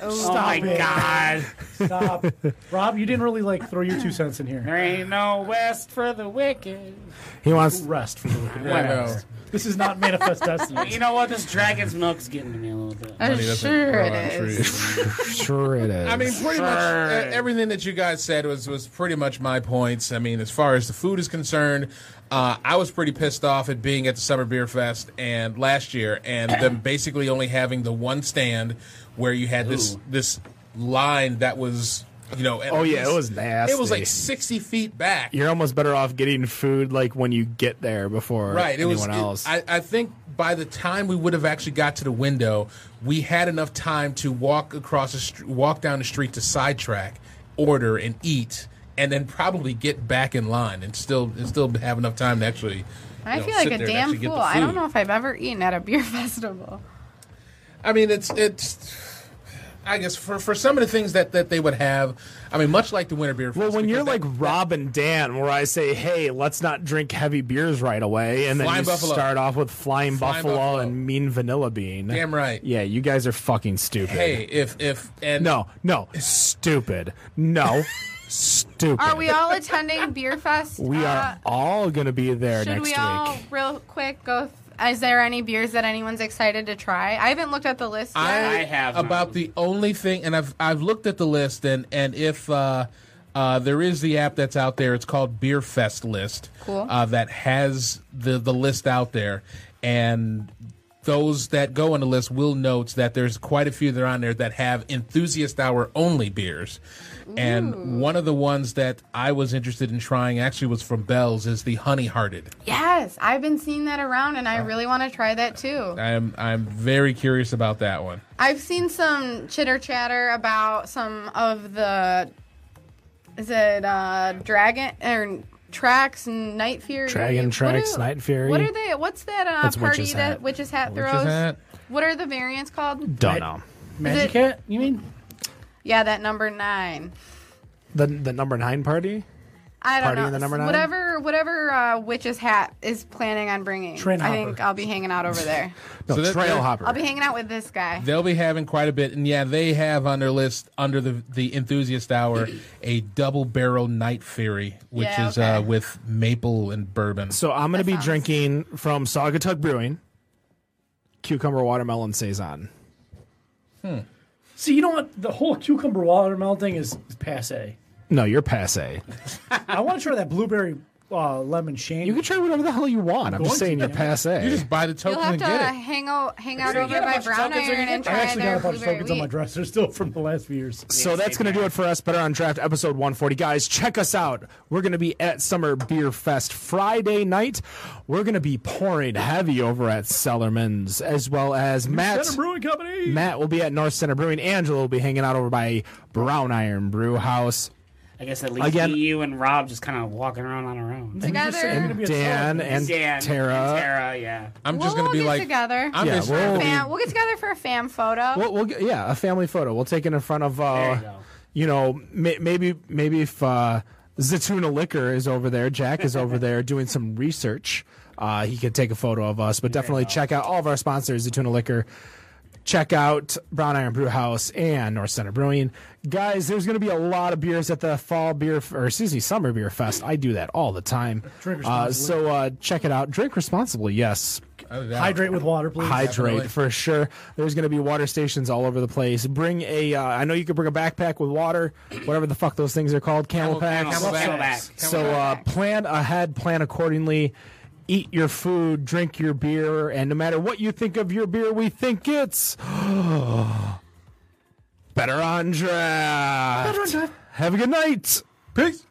oh my
it.
god!
Stop, Rob. You didn't really like throw your two cents in here.
There ain't no rest for the wicked.
He wants.
Rest for the weekend.
I know.
This is not manifest destiny.
You know what? This dragon's milk's getting to me a little bit.
I'm
Honey doesn't
sure
grow
it
on
is.
trees.
Sure, it is.
I mean, pretty much uh, everything that you guys said was was pretty much my points. I mean, as far as the food is concerned, uh, I was pretty pissed off at being at the Summer Beer Fest and last year, and them basically only having the one stand where you had this this line that was. You know, at
Oh, yeah, it
least-
was
It was
nasty.
like sixty feet back.
you're almost better off getting food like when you get there before
right it
anyone
was it-
else.
I, I think by the time we would have actually got to the window we had enough time to walk across the str- walk down the street to sidetrack order and eat and then probably get back in line and still and still have enough time to actually you
I
know,
feel
sit
like a
there and
damn
actually get
fool.
the
I don't
food.
know if I've ever eaten at a beer festival.
I mean, it's it's. I guess for, for some of the things that, that they would have, I mean, much like the Winter Beer Fest.
well, when
because
you're
that-
like Rob and Dan, where I say, "Hey, let's not drink heavy beers right away," and then
Flying
you
Buffalo.
start off with flying,
Flying
buffalo,
Buffalo.
and mean vanilla bean.
Damn right.
Yeah, you guys are fucking stupid.
hey, if if and
No, no, stupid. No, stupid.
Are we all attending beer fest? Uh,
We are all going to be there
Should
next
we
week.
all real quick go? Th- is there any beers that anyone's excited to try? I haven't looked at the list. Yet.
I,
I have not.
about the only thing, and I've I've looked at the list, and and if uh, uh, there is the app that's out there, it's called Beer Fest List.
Cool.
Uh, that has the the list out there, and those that go on the list will note that there's quite a few that are on there that have enthusiast hour only beers. And one of the ones that I was interested in trying actually was from Bell's is the Honey Hearted.
Yes, I've been seeing that around, and I
Oh.
really want to try that too.
I'm I'm very curious about that one.
I've seen some chitter chatter about some of the is it uh dragon or tracks and night fury
Dragon
What
Tracks,
are-
Night Fury.
what are they what's that uh
That's
party
Witch's
that
Hat.
witch's hat
Witch's
throws
Hat.
what are the variants called
Don't know.
Magic
it-
hat? You mean?
yeah that number nine
The, the number nine party?
I don't
Party
know.
in the number nine?
Whatever, whatever uh, witch's hat is planning on bringing.
Train
I
hopper.
think I'll be hanging out over there.
No,
So that-
Trail
that-
Hopper.
I'll be hanging out with this guy.
They'll be having quite a bit, and yeah, they have on their list under the the enthusiast hour a double barrel night fury, which
Yeah,
is
okay.
uh, with maple and bourbon.
so I'm going to be
sounds-
drinking from Saugatuck Brewing, cucumber watermelon saison.
See, you know what? The whole cucumber watermelon thing is, is passe.
No, you're passe.
I want to try that blueberry uh, lemon shane.
You can try whatever the hell you want. I'm just
going
saying
to,
you're
damn it.
passe.
you just buy the
You'll
token
have
and
to uh,
get it.
hang out, hang out over
Yeah, a
by
bunch of
Brown
tokens, I
Iron
can- I
and try
actually got
their
a bunch of
blueberry
tokens on my
wheat.
dresser still from the last few years.
So that's going to do it for us. Better on Draft episode 140. Guys, check us out. We're going to be at Summer Beer Fest Friday night. We're going to be pouring heavy over at Sellerman's, as well as Matt.
Center Brewing Company.
Matt will be at North Center Brewing. Angela will be hanging out over by Brown Iron Brew House.
I guess at least
Again-
me, you and Rob just kind of walking around on our own.
Together,
be a
Dan
Sellerman's.
and
Dan and
Tara.
Tara, yeah.
I'm just
We'll
gonna be
get
like,
together.
I'm
Yeah,
just
we'll-
Fam- we'll get together for a fam photo.
We'll, we'll get, yeah, a family photo. We'll take it in front of, uh,
There you
you,
go.
know, may, maybe maybe if uh, Zatuna Liquor is over there, Jack is over there doing some research. Uh, he could take a photo of us, but definitely check out all of our sponsors, Zatuna Liquor. Check out Brown Iron Brew House and North Center Brewing. Guys, there's going to be a lot of beers at the Fall Beer, or excuse me, Summer Beer Fest. I do that all the time.
Drink
uh,
responsibly.
so uh, check it out. Drink responsibly, yes
Oh,
Hydrate with water, please.
hydrate
Definitely.
for sure. There's going to be water stations all over the place. Bring a, uh, I know you could bring a backpack with water, whatever the fuck those things are called, camel packs.
Camel
Camelbacks.
back.
So uh, plan ahead, plan accordingly. Eat your food, drink your beer, and no matter what you think of your beer, we think it's better on draft. Better on draft. Have a good night. Peace.